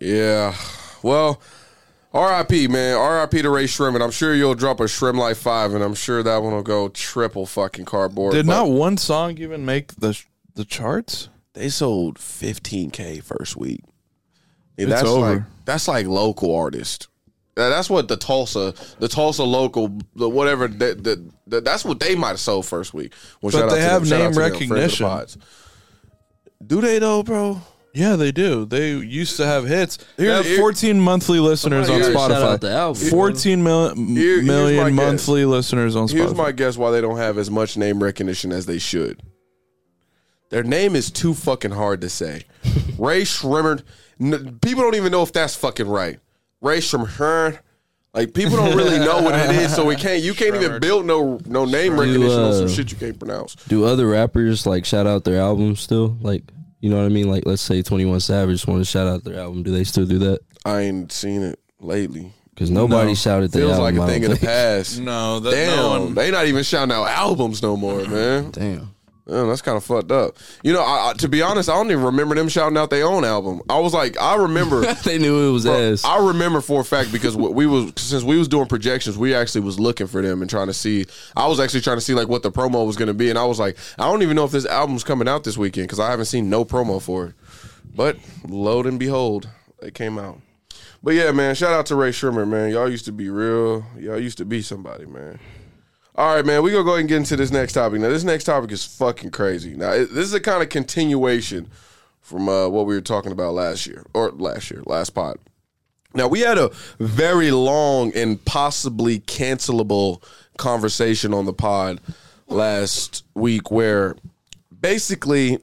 Speaker 1: Yeah. Well, RIP, man. RIP to Ray Shrimp, and I'm sure you'll drop a Shrimp Life 5, and I'm sure that one will go triple fucking cardboard.
Speaker 2: Did
Speaker 1: But
Speaker 2: not one song even make the the charts?
Speaker 1: They sold 15K first week.
Speaker 2: It's
Speaker 1: And that's
Speaker 2: over.
Speaker 1: Like, that's like local artist. Uh, That's what the Tulsa, the Tulsa local, the whatever, the, the, the, that's what they might have sold first week. Well,
Speaker 2: But
Speaker 1: shout out
Speaker 2: they
Speaker 1: to them.
Speaker 2: have
Speaker 1: Shout out
Speaker 2: name
Speaker 1: to them, friends of the
Speaker 2: recognition.
Speaker 1: pods. Do they though, bro?
Speaker 2: Yeah, they do. They used to have hits. They
Speaker 1: Here-
Speaker 2: have
Speaker 1: here-
Speaker 2: 14 monthly listeners on
Speaker 1: Here-
Speaker 3: Shout
Speaker 2: Spotify.
Speaker 3: out the album.
Speaker 2: 14 mil-
Speaker 1: here's my
Speaker 2: million
Speaker 1: guess.
Speaker 2: monthly listeners on
Speaker 1: Here's
Speaker 2: Spotify.
Speaker 1: my guess why they don't have as much name recognition as they should. Their name is too fucking hard to say. Ray Shrimmer. N- people don't even know if that's fucking right. Ray Shrimmer. Like people don't really know what it is, so we can't. You can't even build no no name recognition on some
Speaker 3: uh,
Speaker 1: shit you can't pronounce.
Speaker 3: Do other rappers like shout out their albums still? Like, you know what I mean? Like, let's say Twenty One Savage want to shout out their album. Do they still do that?
Speaker 1: I ain't seen it lately.
Speaker 3: Because nobody
Speaker 2: No.
Speaker 3: shouted their
Speaker 1: Feels like
Speaker 3: album.
Speaker 1: a
Speaker 3: I
Speaker 1: thing
Speaker 3: don't
Speaker 1: of the
Speaker 3: think.
Speaker 1: past.
Speaker 2: no, that,
Speaker 1: Damn,
Speaker 2: no one.
Speaker 1: they not even shouting out albums no more, man.
Speaker 3: Damn.
Speaker 1: Yeah, that's kind of fucked up. You know, I, I, to be honest, I don't even remember them shouting out their own album. I was like, I remember,
Speaker 3: they knew it was ass.
Speaker 1: I remember for a fact because what we was since we was doing projections, we actually was looking for them and trying to see. I was actually trying to see like what the promo was going to be, and I was like, I don't even know if this album's coming out this weekend because I haven't seen no promo for it. But lo and behold, it came out. But yeah, man, shout out to Ray Shrimmer, man. Y'all used to be real. Y'all used to be somebody, man. All right, man, we gonna go ahead and get into this next topic. Now, this next topic is fucking crazy. Now, it, this is a kind of continuation from uh, what we were talking about last year, or last year, last pod. Now, we had a very long and possibly cancelable conversation on the pod last week where basically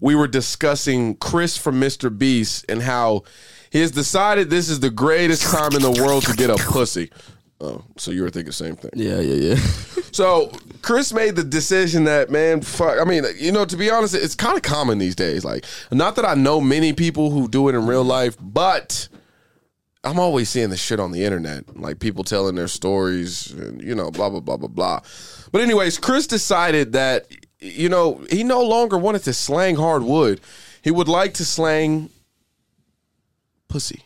Speaker 1: we were discussing Chris from Mr. Beast and how he has decided this is the greatest time in the world to get a pussy. Oh, so you were thinking the same thing.
Speaker 3: yeah, yeah, yeah.
Speaker 1: So Chris made the decision that man, fuck. I mean, you know, to be honest, it's kind of common these days. Like, not that I know many people who do it in real life, but I'm always seeing this shit on the internet, like people telling their stories and you know, blah blah blah blah blah. But anyways, Chris decided that you know he no longer wanted to slang hardwood. He would like to slang pussy.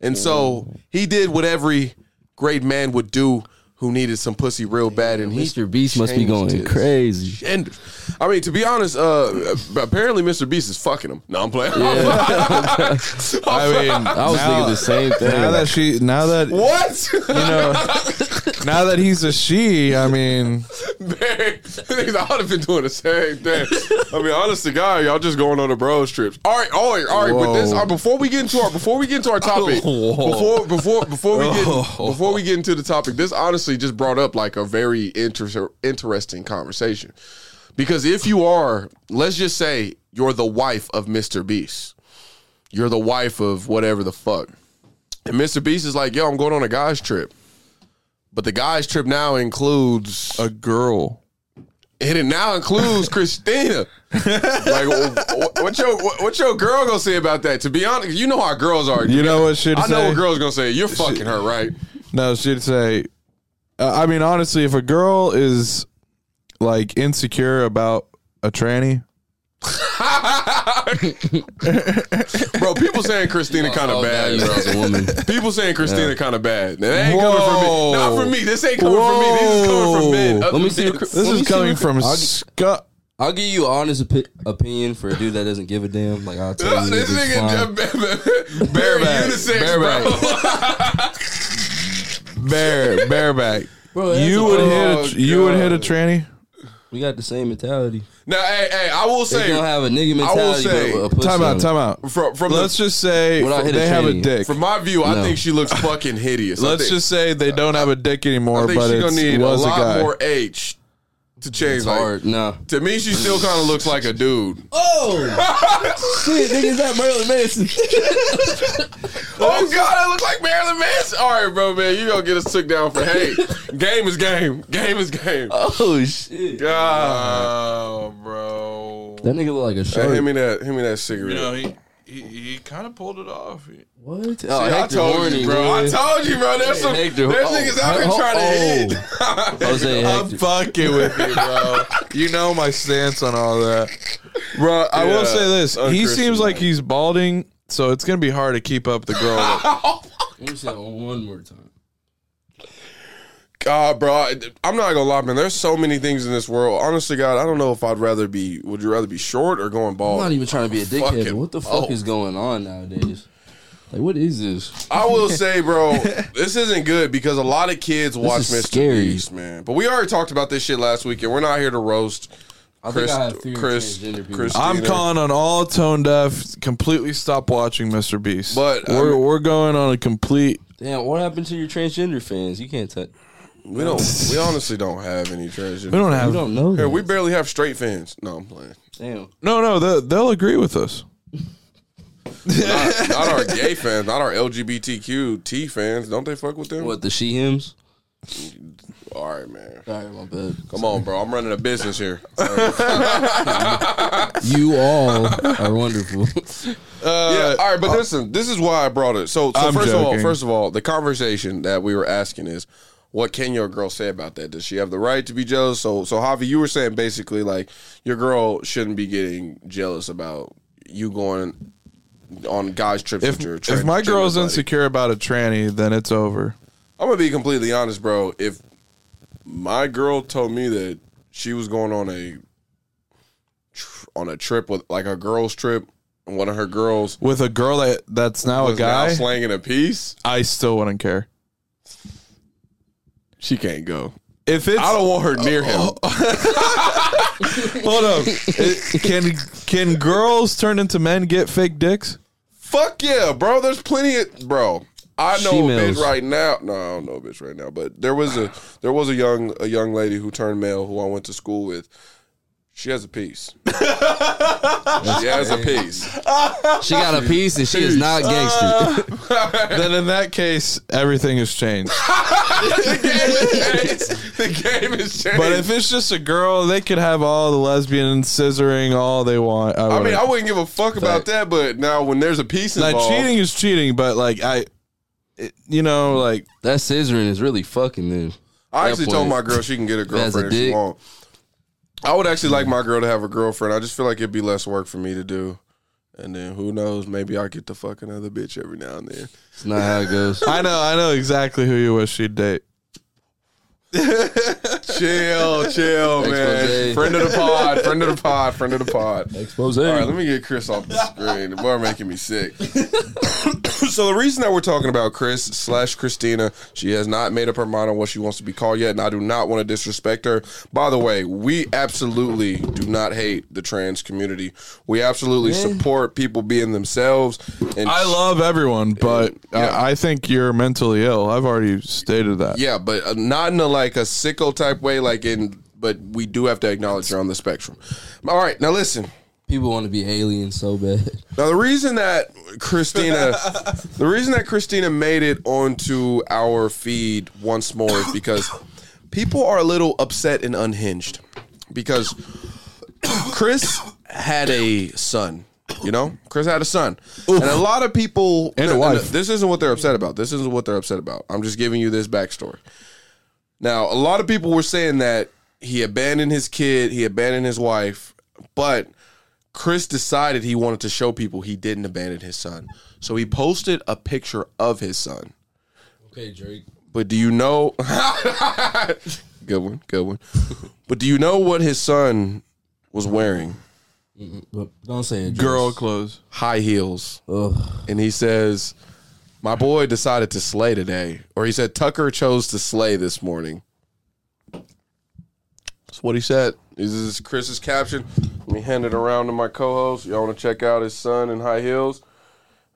Speaker 1: And so he did what every great man would do who needed some pussy real bad. And he
Speaker 3: Mr. Beast must be
Speaker 1: changed
Speaker 3: going
Speaker 1: his
Speaker 3: crazy.
Speaker 1: Gender. I mean, to be honest, uh, apparently Mr. Beast is fucking him. No, I'm playing.
Speaker 2: I mean,
Speaker 3: I was
Speaker 2: now,
Speaker 3: thinking the same
Speaker 2: now
Speaker 3: thing.
Speaker 2: that she, now that you
Speaker 1: what?
Speaker 2: know, now that he's a she, I mean,
Speaker 1: Barry, I would have been doing the same thing. I mean, honest to God, y'all just going on the bros trips. All right, all right, all right. But this,
Speaker 2: Whoa.
Speaker 1: uh, before we get into our, before we get into our topic,
Speaker 2: Whoa.
Speaker 1: before before before we get
Speaker 2: Whoa.
Speaker 1: before we get into the topic, this honestly just brought up like a very inter- interesting conversation. Because if you are, let's just say you're the wife of Mr. Beast, you're the wife of whatever the fuck, and Mr. Beast is like, yo, I'm going on a guys trip. But the guys trip now includes
Speaker 2: a girl.
Speaker 1: and it now includes Christina. like, what, what your what, what your girl gonna say about that? To be honest, you know how girls are.
Speaker 2: You know what she'd
Speaker 1: I
Speaker 2: say?
Speaker 1: know what girls gonna say. You're fucking her, right?
Speaker 2: No, she'd say. Uh, I mean, honestly, if a girl is like insecure about a tranny,
Speaker 1: bro, people saying Christina kind of
Speaker 3: Oh,
Speaker 1: bad,
Speaker 3: now you
Speaker 1: bro.
Speaker 3: as a woman.
Speaker 1: People saying Christina kind of bad. That ain't
Speaker 2: Whoa.
Speaker 1: coming from me. Not from me. This ain't coming from me. This is coming from men. Uh,
Speaker 2: Whoa.
Speaker 3: Let me see.
Speaker 1: This
Speaker 2: This
Speaker 3: let me see
Speaker 2: is coming
Speaker 3: what-
Speaker 2: from
Speaker 3: I'll,
Speaker 2: Scott.
Speaker 3: I'll give you honest opi- opinion for a dude that doesn't give a damn. Like I'll tell you,
Speaker 1: This
Speaker 3: if it's fine.
Speaker 1: nigga just- very
Speaker 2: Bareback.
Speaker 1: unisex,
Speaker 2: Bareback.
Speaker 1: bro.
Speaker 2: Bare, bareback.
Speaker 3: Bro, that's
Speaker 2: you
Speaker 3: a-
Speaker 2: would
Speaker 1: Oh,
Speaker 2: hit. A, you would hit a
Speaker 1: God.
Speaker 2: tranny.
Speaker 3: we got the same mentality.
Speaker 1: now, hey, hey, I will
Speaker 3: They don't
Speaker 1: say
Speaker 3: have a nigga mentality.
Speaker 1: say-
Speaker 3: but with a pussy
Speaker 2: Time
Speaker 3: on
Speaker 2: out.
Speaker 3: it.
Speaker 2: Time out.
Speaker 1: from from the-
Speaker 2: Let's just say
Speaker 3: Without hit a
Speaker 2: they have a
Speaker 3: tranny.
Speaker 2: dick.
Speaker 1: from my view, I
Speaker 3: No.
Speaker 1: think she looks fucking hideous. I
Speaker 2: Let's
Speaker 1: think-
Speaker 2: just say they don't have a dick anymore,
Speaker 1: I think
Speaker 2: but
Speaker 1: she's gonna
Speaker 2: it
Speaker 1: need a
Speaker 2: was a
Speaker 1: lot
Speaker 2: guy.
Speaker 1: more H to change.
Speaker 3: It's
Speaker 1: like-
Speaker 3: hard. No.
Speaker 1: To me, she still kind of looks like a dude.
Speaker 3: Oh shit, niggas that Marilyn Manson.
Speaker 1: Oh God, I look like Marilyn Manson. All right, bro, man, you gonna get us took down for Uh, hate. game is game. Game is game.
Speaker 3: oh shit.
Speaker 1: God, oh, bro.
Speaker 3: That nigga look like a
Speaker 1: Hey,
Speaker 3: shark.
Speaker 1: hand me that. Hand me that cigarette.
Speaker 2: he he, he kind of pulled it off.
Speaker 3: What? Oh,
Speaker 1: See, I
Speaker 3: Hector
Speaker 1: told
Speaker 3: Horny,
Speaker 1: you, bro. I
Speaker 3: boy.
Speaker 1: told you, bro. There's some
Speaker 3: Hector-
Speaker 1: there's
Speaker 3: oh,
Speaker 1: niggas out here trying
Speaker 3: oh,
Speaker 1: to hit.
Speaker 3: Jose
Speaker 2: I'm
Speaker 3: Hector.
Speaker 2: fucking with you, bro. you know my stance on all that, bro. I
Speaker 1: Yeah,
Speaker 2: will say this: he
Speaker 1: unchristian,
Speaker 2: seems like
Speaker 1: man.
Speaker 2: he's balding, so it's gonna be hard to keep up the girl.
Speaker 3: Let me say that one more time.
Speaker 1: God, Uh, bro, I- I'm not gonna lie, man. There's so many things in this world. Honestly, God, I don't know if I'd rather be. Would you rather be short or going
Speaker 3: I'm not
Speaker 1: bald?
Speaker 3: even trying to be a dickhead.
Speaker 1: Fucking-
Speaker 3: But what the fuck
Speaker 1: oh.
Speaker 3: is going on nowadays? Like, what is this?
Speaker 1: I will say, bro, this isn't good because a lot of kids watch
Speaker 3: is
Speaker 1: Mr.
Speaker 3: scary.
Speaker 1: Beast, man. But we already talked about this shit last week, and we're not here to roast.
Speaker 3: I
Speaker 1: Chris-
Speaker 3: think I have fear
Speaker 1: Chris-
Speaker 3: of transgender people.
Speaker 1: Chris-
Speaker 2: I'm
Speaker 1: Either.
Speaker 2: calling on all tone deaf. Completely stop watching Mr. Beast.
Speaker 1: But, I
Speaker 2: we're
Speaker 1: mean-
Speaker 2: we're going on a complete.
Speaker 3: Damn, what happened to your transgender fans? You can't touch.
Speaker 1: We don't. We honestly don't have any treasure.
Speaker 2: We don't have
Speaker 3: You don't know.
Speaker 1: Here,
Speaker 3: That.
Speaker 1: we barely have straight fans. No, I'm playing.
Speaker 3: Damn.
Speaker 2: no no. They'll, they'll agree with us.
Speaker 1: Not, not our gay fans. Not our LGBTQ T fans. Don't they fuck with them?
Speaker 3: What the she hims?
Speaker 1: All right, man.
Speaker 3: All right, my bad.
Speaker 1: Come on, bro. I'm running a business here.
Speaker 3: You all are wonderful.
Speaker 1: yeah. All right, but listen, this is why I brought it. So, so
Speaker 2: Uh, I'm
Speaker 1: first of all,
Speaker 2: joking.
Speaker 1: first of all, the conversation that we were asking is, what can your girl say about that? Does she have the right to be jealous? So, so Javi, you were saying basically like your girl shouldn't be getting jealous about you going on guys trips
Speaker 2: If
Speaker 1: with your.
Speaker 2: if my
Speaker 1: transgender
Speaker 2: girl's
Speaker 1: buddy.
Speaker 2: insecure about a tranny, then it's over.
Speaker 1: I'm gonna be completely honest, bro. If my girl told me that she was going on a tr- on a trip with like a girls trip, and one of her girls
Speaker 2: With a girl that that's now a
Speaker 1: was now
Speaker 2: guy,
Speaker 1: slanging a piece,
Speaker 2: I still wouldn't care.
Speaker 1: she can't go.
Speaker 2: If it's
Speaker 1: I don't want her near him.
Speaker 2: Hold up. It- can can girls turn into men get fake dicks?
Speaker 1: Fuck yeah, bro. There's plenty of bro. I know
Speaker 3: Shemales.
Speaker 1: a bitch right now. No, I don't know a bitch right now, but there was a there was a young a young lady who turned male who I went to school with. She has a piece. she has a piece.
Speaker 3: She got a piece and she is not gangster.
Speaker 2: Then in that case, everything has changed.
Speaker 1: the game is changed. The game is changed.
Speaker 2: But if it's just a girl, they could have all the lesbian scissoring all they want. I,
Speaker 1: I mean, I
Speaker 2: wouldn't-
Speaker 1: wouldn't give a fuck about that, but now when there's a piece
Speaker 2: Now,
Speaker 1: involved,
Speaker 2: cheating is cheating, but like I, it, you know, like
Speaker 3: That scissoring is really fucking them.
Speaker 1: I actually
Speaker 3: that
Speaker 1: told my
Speaker 3: point.
Speaker 1: girl she can get a
Speaker 3: has a
Speaker 1: girlfriend if she
Speaker 3: dick.
Speaker 1: wants. I would actually like my girl to have a girlfriend. I just feel like it'd be less work for me to do. And then who knows? Maybe I get to fuck another bitch every now and then.
Speaker 3: It's not how it goes.
Speaker 2: I know, I know exactly who you wish she'd date.
Speaker 1: chill, chill, man.
Speaker 3: Expose.
Speaker 1: Friend of the pod, friend of the pod, friend of the pod.
Speaker 3: Expose.
Speaker 1: All right, let me get Chris off the screen. The bar making me sick. so the reason that we're talking about Chris slash Christina, she has not made up her mind on what she wants to be called yet, and I do not want to disrespect her. By the way, we absolutely do not hate the trans community. We absolutely support people being themselves. And
Speaker 2: I love everyone, but
Speaker 1: Yeah.
Speaker 2: I, I think you're mentally ill. I've already stated that.
Speaker 1: yeah, but uh, not in a like a sicko type way. Like in, but we do have to acknowledge her on the spectrum. All right, now listen.
Speaker 3: People want to be aliens so bad.
Speaker 1: Now the reason that Christina, the reason that Christina made it onto our feed once more is because people are a little upset and unhinged because Chris had a son. You know, Chris had a son, and a lot of people
Speaker 2: And a wife.
Speaker 1: This isn't what they're upset about. This isn't what they're upset about. I'm just giving you this backstory. Now, a lot of people were saying that he abandoned his kid, he abandoned his wife, but Chris decided he wanted to show people he didn't abandon his son. So he posted a picture of his son.
Speaker 3: Okay, Drake.
Speaker 1: But do you know? good one, good one. But do you know what his son was wearing?
Speaker 3: Don't say it.
Speaker 2: Girl clothes.
Speaker 1: High heels.
Speaker 3: Ugh.
Speaker 1: And he says, My boy decided to slay today. Or he said, Tucker chose to slay this morning. That's what he said. This is Chris's caption. Let me hand it around to my co host. Y'all want to check out his son in high heels?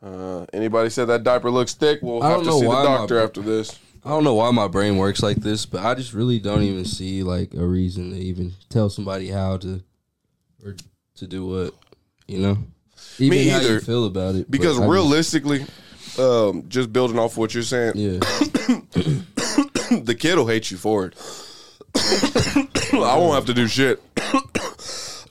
Speaker 1: Uh, anybody said that diaper looks thick? We'll
Speaker 3: I
Speaker 1: have
Speaker 3: don't
Speaker 1: to
Speaker 3: know
Speaker 1: see the
Speaker 3: why my-
Speaker 1: doctor after this.
Speaker 3: I don't know why my brain works like this, but I just really don't even see like a reason to even tell somebody how to or to do what, you know. Even
Speaker 1: Me
Speaker 3: how you
Speaker 1: either.
Speaker 3: feel about it. but
Speaker 1: Because
Speaker 3: I just-
Speaker 1: realistically, um, just building off what you're saying,
Speaker 3: yeah,
Speaker 1: the kid will hate you for it. I won't have to do shit.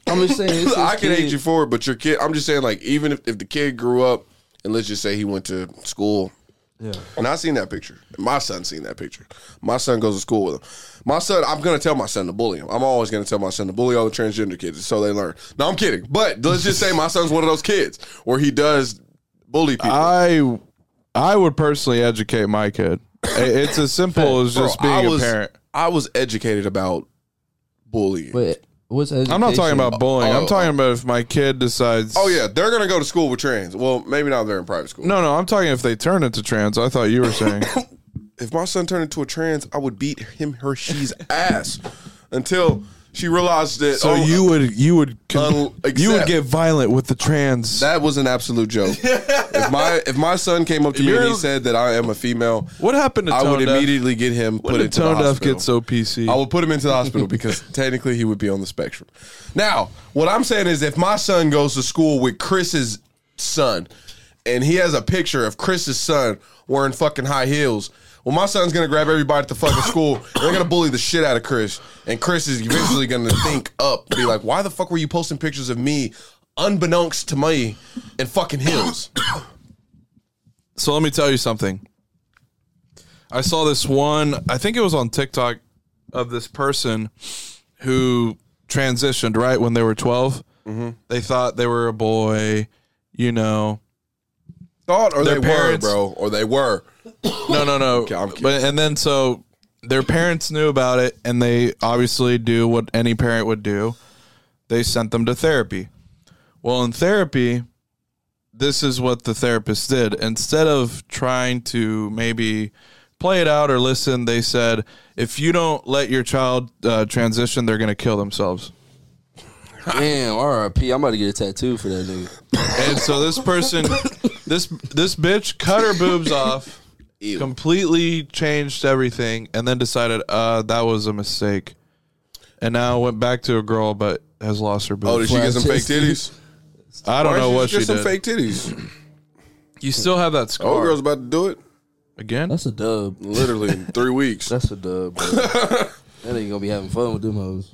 Speaker 3: I'm just saying. It's
Speaker 1: I
Speaker 3: his
Speaker 1: can hate
Speaker 3: kid.
Speaker 1: you for it, but your kid. I'm just saying, like, even if, if the kid grew up, and let's just say he went to school,
Speaker 3: Yeah.
Speaker 1: and I seen that picture. My son seen that picture. My son goes to school with him. My son, I'm gonna tell my son to bully him. I'm always gonna tell my son to bully all the transgender kids so they learn. No, I'm kidding. But let's just say my son's one of those kids where he does bully people.
Speaker 2: I I would personally educate my kid. I- It's as simple as
Speaker 1: Bro,
Speaker 2: just being
Speaker 1: I was,
Speaker 2: a parent.
Speaker 1: I was educated about bullying.
Speaker 3: But what's
Speaker 2: I'm not talking
Speaker 3: education?
Speaker 2: about bullying.
Speaker 1: Oh.
Speaker 2: I'm talking about if my kid decides.
Speaker 1: oh yeah, they're gonna go to school with trans. Well, maybe not. They're in private school.
Speaker 2: No, no, I'm talking if they turn into trans. I thought you were saying.
Speaker 1: if my son turned into a trans, I would beat him, her, she's ass until she realized that.
Speaker 2: So
Speaker 1: oh,
Speaker 2: you would you would
Speaker 1: Un-
Speaker 2: you would
Speaker 1: accept.
Speaker 2: get violent with the trans.
Speaker 1: that was an absolute joke. if my if my son came up to me and he
Speaker 2: You're-
Speaker 1: said that I am a female,
Speaker 2: what happened to
Speaker 1: I
Speaker 2: Tone
Speaker 1: would
Speaker 2: Deaf?
Speaker 1: immediately get him
Speaker 2: When
Speaker 1: put
Speaker 2: did
Speaker 1: into the
Speaker 2: Tone Deaf
Speaker 1: hospital.
Speaker 2: get so PC?
Speaker 1: I would put him into the hospital because technically he would be on the spectrum. Now, what I'm saying is, if my son goes to school with Chris's son, and he has a picture of Chris's son wearing fucking high heels. Well, my son's gonna grab everybody at the fucking school. and They're gonna bully the shit out of Chris, and Chris is eventually gonna think up, be like, "Why the fuck were you posting pictures of me, unbeknownst to me, in fucking heels?"
Speaker 2: So let me tell you something. I saw this one, I think it was on TikTok, of this person who transitioned, right? When they were 12. They thought they were a boy, you know.
Speaker 1: Thought or
Speaker 2: Their
Speaker 1: they
Speaker 2: parents-
Speaker 1: were, bro, or they were.
Speaker 2: No, no, no.
Speaker 1: I'm kidding.
Speaker 2: but, and then so their parents knew about it, and they obviously do what any parent would do they sent them to therapy. Well, in therapy, this is what the therapist did. Instead of trying to maybe play it out or listen, they said, if you don't let your child uh, transition, they're going to kill themselves.
Speaker 3: Damn, RRP. I'm about to get a tattoo for that nigga.
Speaker 2: And so this person, this this bitch, cut her boobs off, completely changed everything, and then decided uh, that was a mistake, and now went back to a girl but has lost her
Speaker 1: Oh,
Speaker 2: boobs.
Speaker 1: did she get some fake
Speaker 3: Flat titties.
Speaker 1: titties?
Speaker 2: I don't know what she did.
Speaker 1: Get some fake titties.
Speaker 2: You still have that
Speaker 1: Oh,
Speaker 2: scar
Speaker 1: girl's about to do it.
Speaker 2: again?
Speaker 3: That's a dub.
Speaker 1: Literally in three weeks.
Speaker 3: That's a dub. Bro. that ain't gonna be having fun with them hoes.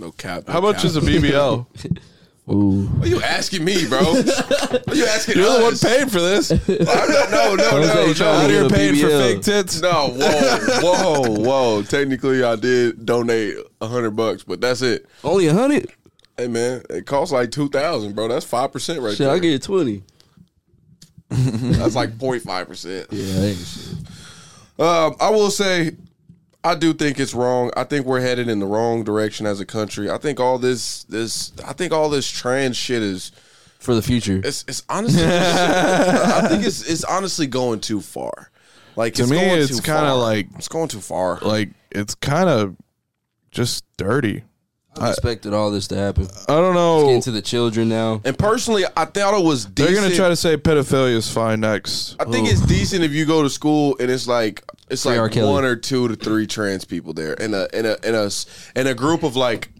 Speaker 1: No cap.
Speaker 2: How much is a BBL?
Speaker 3: Ooh,
Speaker 1: What are you asking me, bro? what are you asking
Speaker 2: You're the one
Speaker 1: us?
Speaker 2: paying for this.
Speaker 1: I'm not- no, no,
Speaker 3: Jose
Speaker 1: no,
Speaker 3: trying
Speaker 1: no.
Speaker 3: to
Speaker 2: You're
Speaker 3: a
Speaker 2: paying for
Speaker 3: BBL.
Speaker 2: fake tits.
Speaker 1: No, whoa, whoa, whoa. Technically, I did donate a hundred bucks, but that's it.
Speaker 3: only a hundred.
Speaker 1: Hey, man, it costs like two thousand, bro. That's five percent right
Speaker 3: Shit,
Speaker 1: there.
Speaker 3: I get twenty.
Speaker 1: that's like 05 percent.
Speaker 3: Yeah, ain't shit.
Speaker 1: Um, I will say, I do think it's wrong. I think we're headed in the wrong direction as a country. I think all this, this, I think all this trans shit is.
Speaker 3: for the future.
Speaker 1: It's it's honestly, I think it's it's honestly going too far. Like
Speaker 2: To
Speaker 1: it's
Speaker 2: me,
Speaker 1: going
Speaker 2: it's
Speaker 1: too
Speaker 2: kinda
Speaker 1: far.
Speaker 2: like-
Speaker 1: it's going too far.
Speaker 2: Like it's kind of just dirty.
Speaker 3: I expected all this to happen.
Speaker 2: I don't know.
Speaker 3: Getting to the children now.
Speaker 1: And personally, I thought it was.
Speaker 2: They're
Speaker 1: Decent.
Speaker 2: gonna try to say pedophilia is fine next.
Speaker 1: I think it's decent if you go to school and it's like it's
Speaker 3: Free R.
Speaker 1: like
Speaker 3: Kelly.
Speaker 1: one or two to three trans people there, and a and a and a s- and a group of like,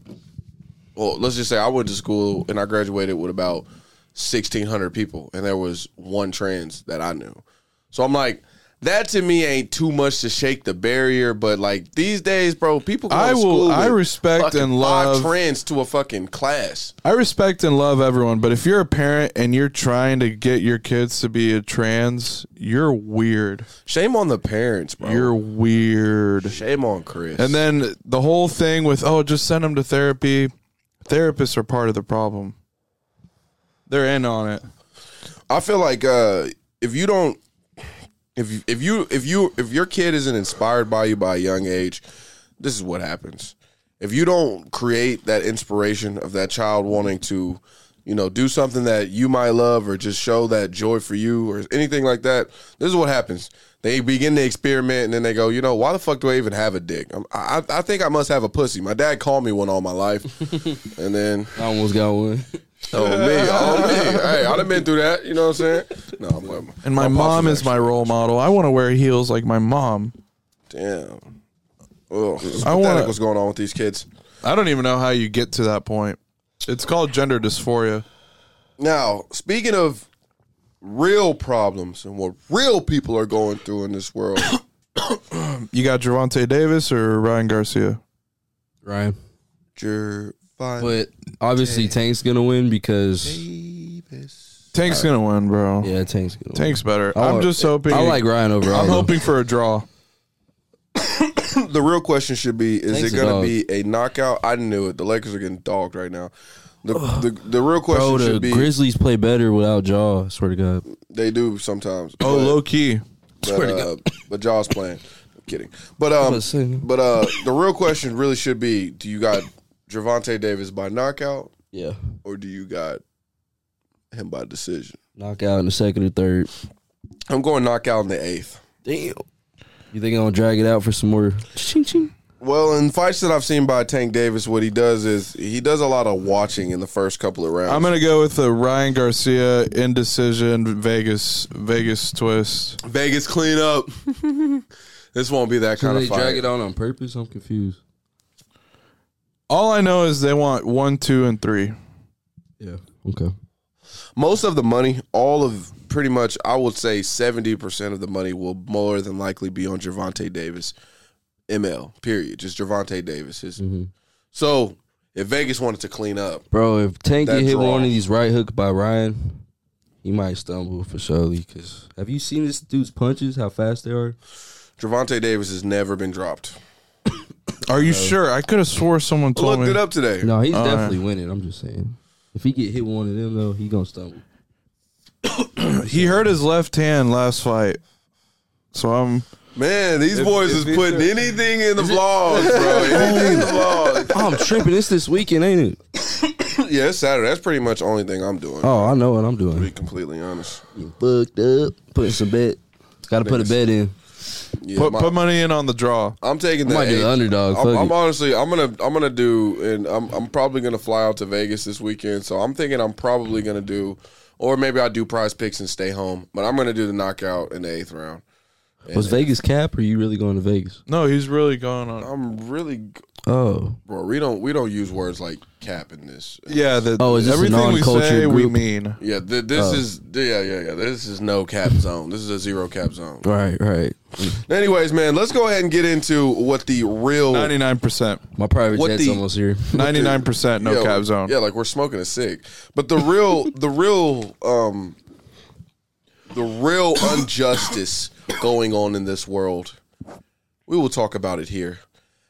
Speaker 1: well, let's just say I went to school and I graduated with about sixteen hundred people, and there was one trans that I knew. So I'm like, that to me ain't too much to shake the barrier, but like these days, bro, people. Go
Speaker 2: I
Speaker 1: to
Speaker 2: will-
Speaker 1: School
Speaker 2: I
Speaker 1: with
Speaker 2: respect
Speaker 1: fucking
Speaker 2: and
Speaker 1: five
Speaker 2: love-
Speaker 1: trans to a fucking class.
Speaker 2: I respect and love everyone, but if you're a parent and you're trying to get your kids to be a trans, you're weird.
Speaker 1: Shame on the parents, bro.
Speaker 3: Oh.
Speaker 2: You're weird.
Speaker 1: Shame on Chris.
Speaker 2: And then the whole thing with oh, just send them to therapy. Therapists are part of the problem. They're in on it.
Speaker 1: I feel like uh, if you don't, if you, if you if you if your kid isn't inspired by you by a young age, this is what happens. If you don't create that inspiration of that child wanting to, you know, do something that you might love or just show that joy for you or anything like that, this is what happens. They begin to experiment and then they go, you know, why the fuck do I even have a dick? I'm, I I think I must have a pussy. My dad called me one all my life, and then.
Speaker 3: I almost got one.
Speaker 1: Oh me, oh me. Hey, I'd have been through that. You know what I'm saying? No, I'm, I'm-
Speaker 2: And my
Speaker 1: pops
Speaker 2: mom
Speaker 1: was
Speaker 2: is my role model. I want to wear heels like my mom.
Speaker 1: actually- damn. Ugh, it's
Speaker 2: I
Speaker 1: pathetic
Speaker 2: wanna-
Speaker 1: what's going on with these kids.
Speaker 2: I don't even know how you get to that point. It's called gender dysphoria.
Speaker 1: Now, speaking of real problems and what real people are going through in this world,
Speaker 2: You got Javante Davis or Ryan Garcia?
Speaker 3: Ryan.
Speaker 1: Jer-
Speaker 3: But obviously Tank's gonna win because
Speaker 1: Davis.
Speaker 2: Tank's gonna win, bro.
Speaker 3: yeah, Tank's gonna win.
Speaker 2: Tank's better.
Speaker 3: I
Speaker 2: I'm
Speaker 3: like-
Speaker 2: just hoping.
Speaker 3: I like Ryan overall.
Speaker 2: I'm
Speaker 3: though.
Speaker 2: hoping for a draw.
Speaker 1: The real question should be: Is
Speaker 3: Thanks,
Speaker 1: it going
Speaker 3: dog.
Speaker 1: to be a knockout? I knew it. The Lakers are getting dogged right now. The the, the real question
Speaker 3: Bro, the
Speaker 1: should be:
Speaker 3: Grizzlies play better without Jaw. I swear to God.
Speaker 1: They do sometimes.
Speaker 2: Oh,
Speaker 1: but-
Speaker 2: low key.
Speaker 1: But, uh, but Jaws playing. I'm kidding. But um,
Speaker 3: gonna say, man.
Speaker 1: but uh, the real question really should be: Do you got Javante Davis by knockout,
Speaker 3: Yeah,
Speaker 1: or do you got him by decision?
Speaker 3: knockout in the second or third.
Speaker 1: I'm going knockout in the eighth.
Speaker 3: Damn. You think I'm gonna drag it out for some more? Ching ching.
Speaker 1: Well, in fights that I've seen by Tank Davis, what he does is he does a lot of watching in the first couple of rounds.
Speaker 2: I'm gonna go with the Ryan Garcia indecision Vegas Vegas twist.
Speaker 1: Vegas clean up. this won't be that
Speaker 3: Did
Speaker 1: kind
Speaker 3: they
Speaker 1: of fight.
Speaker 3: drag it out on purpose? I'm confused.
Speaker 2: All I know is they want one, two, and three.
Speaker 3: Yeah. Okay.
Speaker 1: most of the money, all of pretty much, I would say seventy percent of the money will more than likely be on Javante Davis, ML. Period. Just Javante Davis. His-
Speaker 3: Mm-hmm.
Speaker 1: So if Vegas wanted to clean up,
Speaker 3: Bro, if Tank
Speaker 1: That
Speaker 3: get hit with
Speaker 1: draw.
Speaker 3: one of these right hook by Ryan, he might stumble for surely. Cause have you seen this dude's punches? How fast they are?
Speaker 1: Javante Davis has never been dropped.
Speaker 2: Are you sure? I could have swore someone
Speaker 1: I
Speaker 2: told
Speaker 1: looked
Speaker 2: me.
Speaker 1: it up today.
Speaker 3: No, he's definitely winning. I'm just saying. If he get hit with one of them though, he gonna stumble.
Speaker 2: He hurt his left hand last fight, so I'm.
Speaker 1: Man, these boys is putting anything in the vlogs, bro. Anything in the vlogs.
Speaker 3: Oh, I'm tripping. It's this weekend, ain't it?
Speaker 1: Yeah, it's Saturday. That's pretty much the only thing I'm doing.
Speaker 3: Oh, I know what I'm
Speaker 1: To
Speaker 3: doing.
Speaker 1: be completely honest.
Speaker 3: Getting fucked up. Putting some bet. Got to put a bet in.
Speaker 1: Yeah,
Speaker 2: Put,
Speaker 1: my-
Speaker 2: put money in on the draw.
Speaker 1: I'm taking
Speaker 3: I
Speaker 1: the
Speaker 3: might do the
Speaker 1: eighth.
Speaker 3: underdog,
Speaker 1: I'm,
Speaker 3: fuck
Speaker 1: I'm
Speaker 3: it.
Speaker 1: honestly, I'm gonna, I'm gonna do, and I'm, I'm probably gonna fly out to Vegas this weekend. So I'm thinking I'm probably gonna do, or maybe I do prize picks and stay home. But I'm gonna do the knockout in the eighth round.
Speaker 3: Was Vegas cap or you really going to Vegas?
Speaker 2: No, he's really going on.
Speaker 1: I'm really, g-
Speaker 3: Oh.
Speaker 1: bro. We don't, we don't use words like cap in this.
Speaker 2: Yeah, the,
Speaker 3: Oh, is this a
Speaker 2: everything we
Speaker 3: non-cultured
Speaker 2: say we
Speaker 3: group?
Speaker 2: mean.
Speaker 1: Yeah, th- this
Speaker 3: Oh.
Speaker 1: is, yeah, yeah, yeah. This is no cap zone. This is a zero cap zone.
Speaker 3: Right, right.
Speaker 1: Anyways, man, let's go ahead and get into what the real
Speaker 2: Ninety nine percent,
Speaker 3: My private
Speaker 1: What
Speaker 3: jet's
Speaker 1: the-
Speaker 3: almost here.
Speaker 2: ninety nine percent, no
Speaker 1: Yeah,
Speaker 2: cap zone.
Speaker 1: Yeah, like we're smoking a cig. But the real, the real, um, the real injustice going on in this world. We will talk about it here.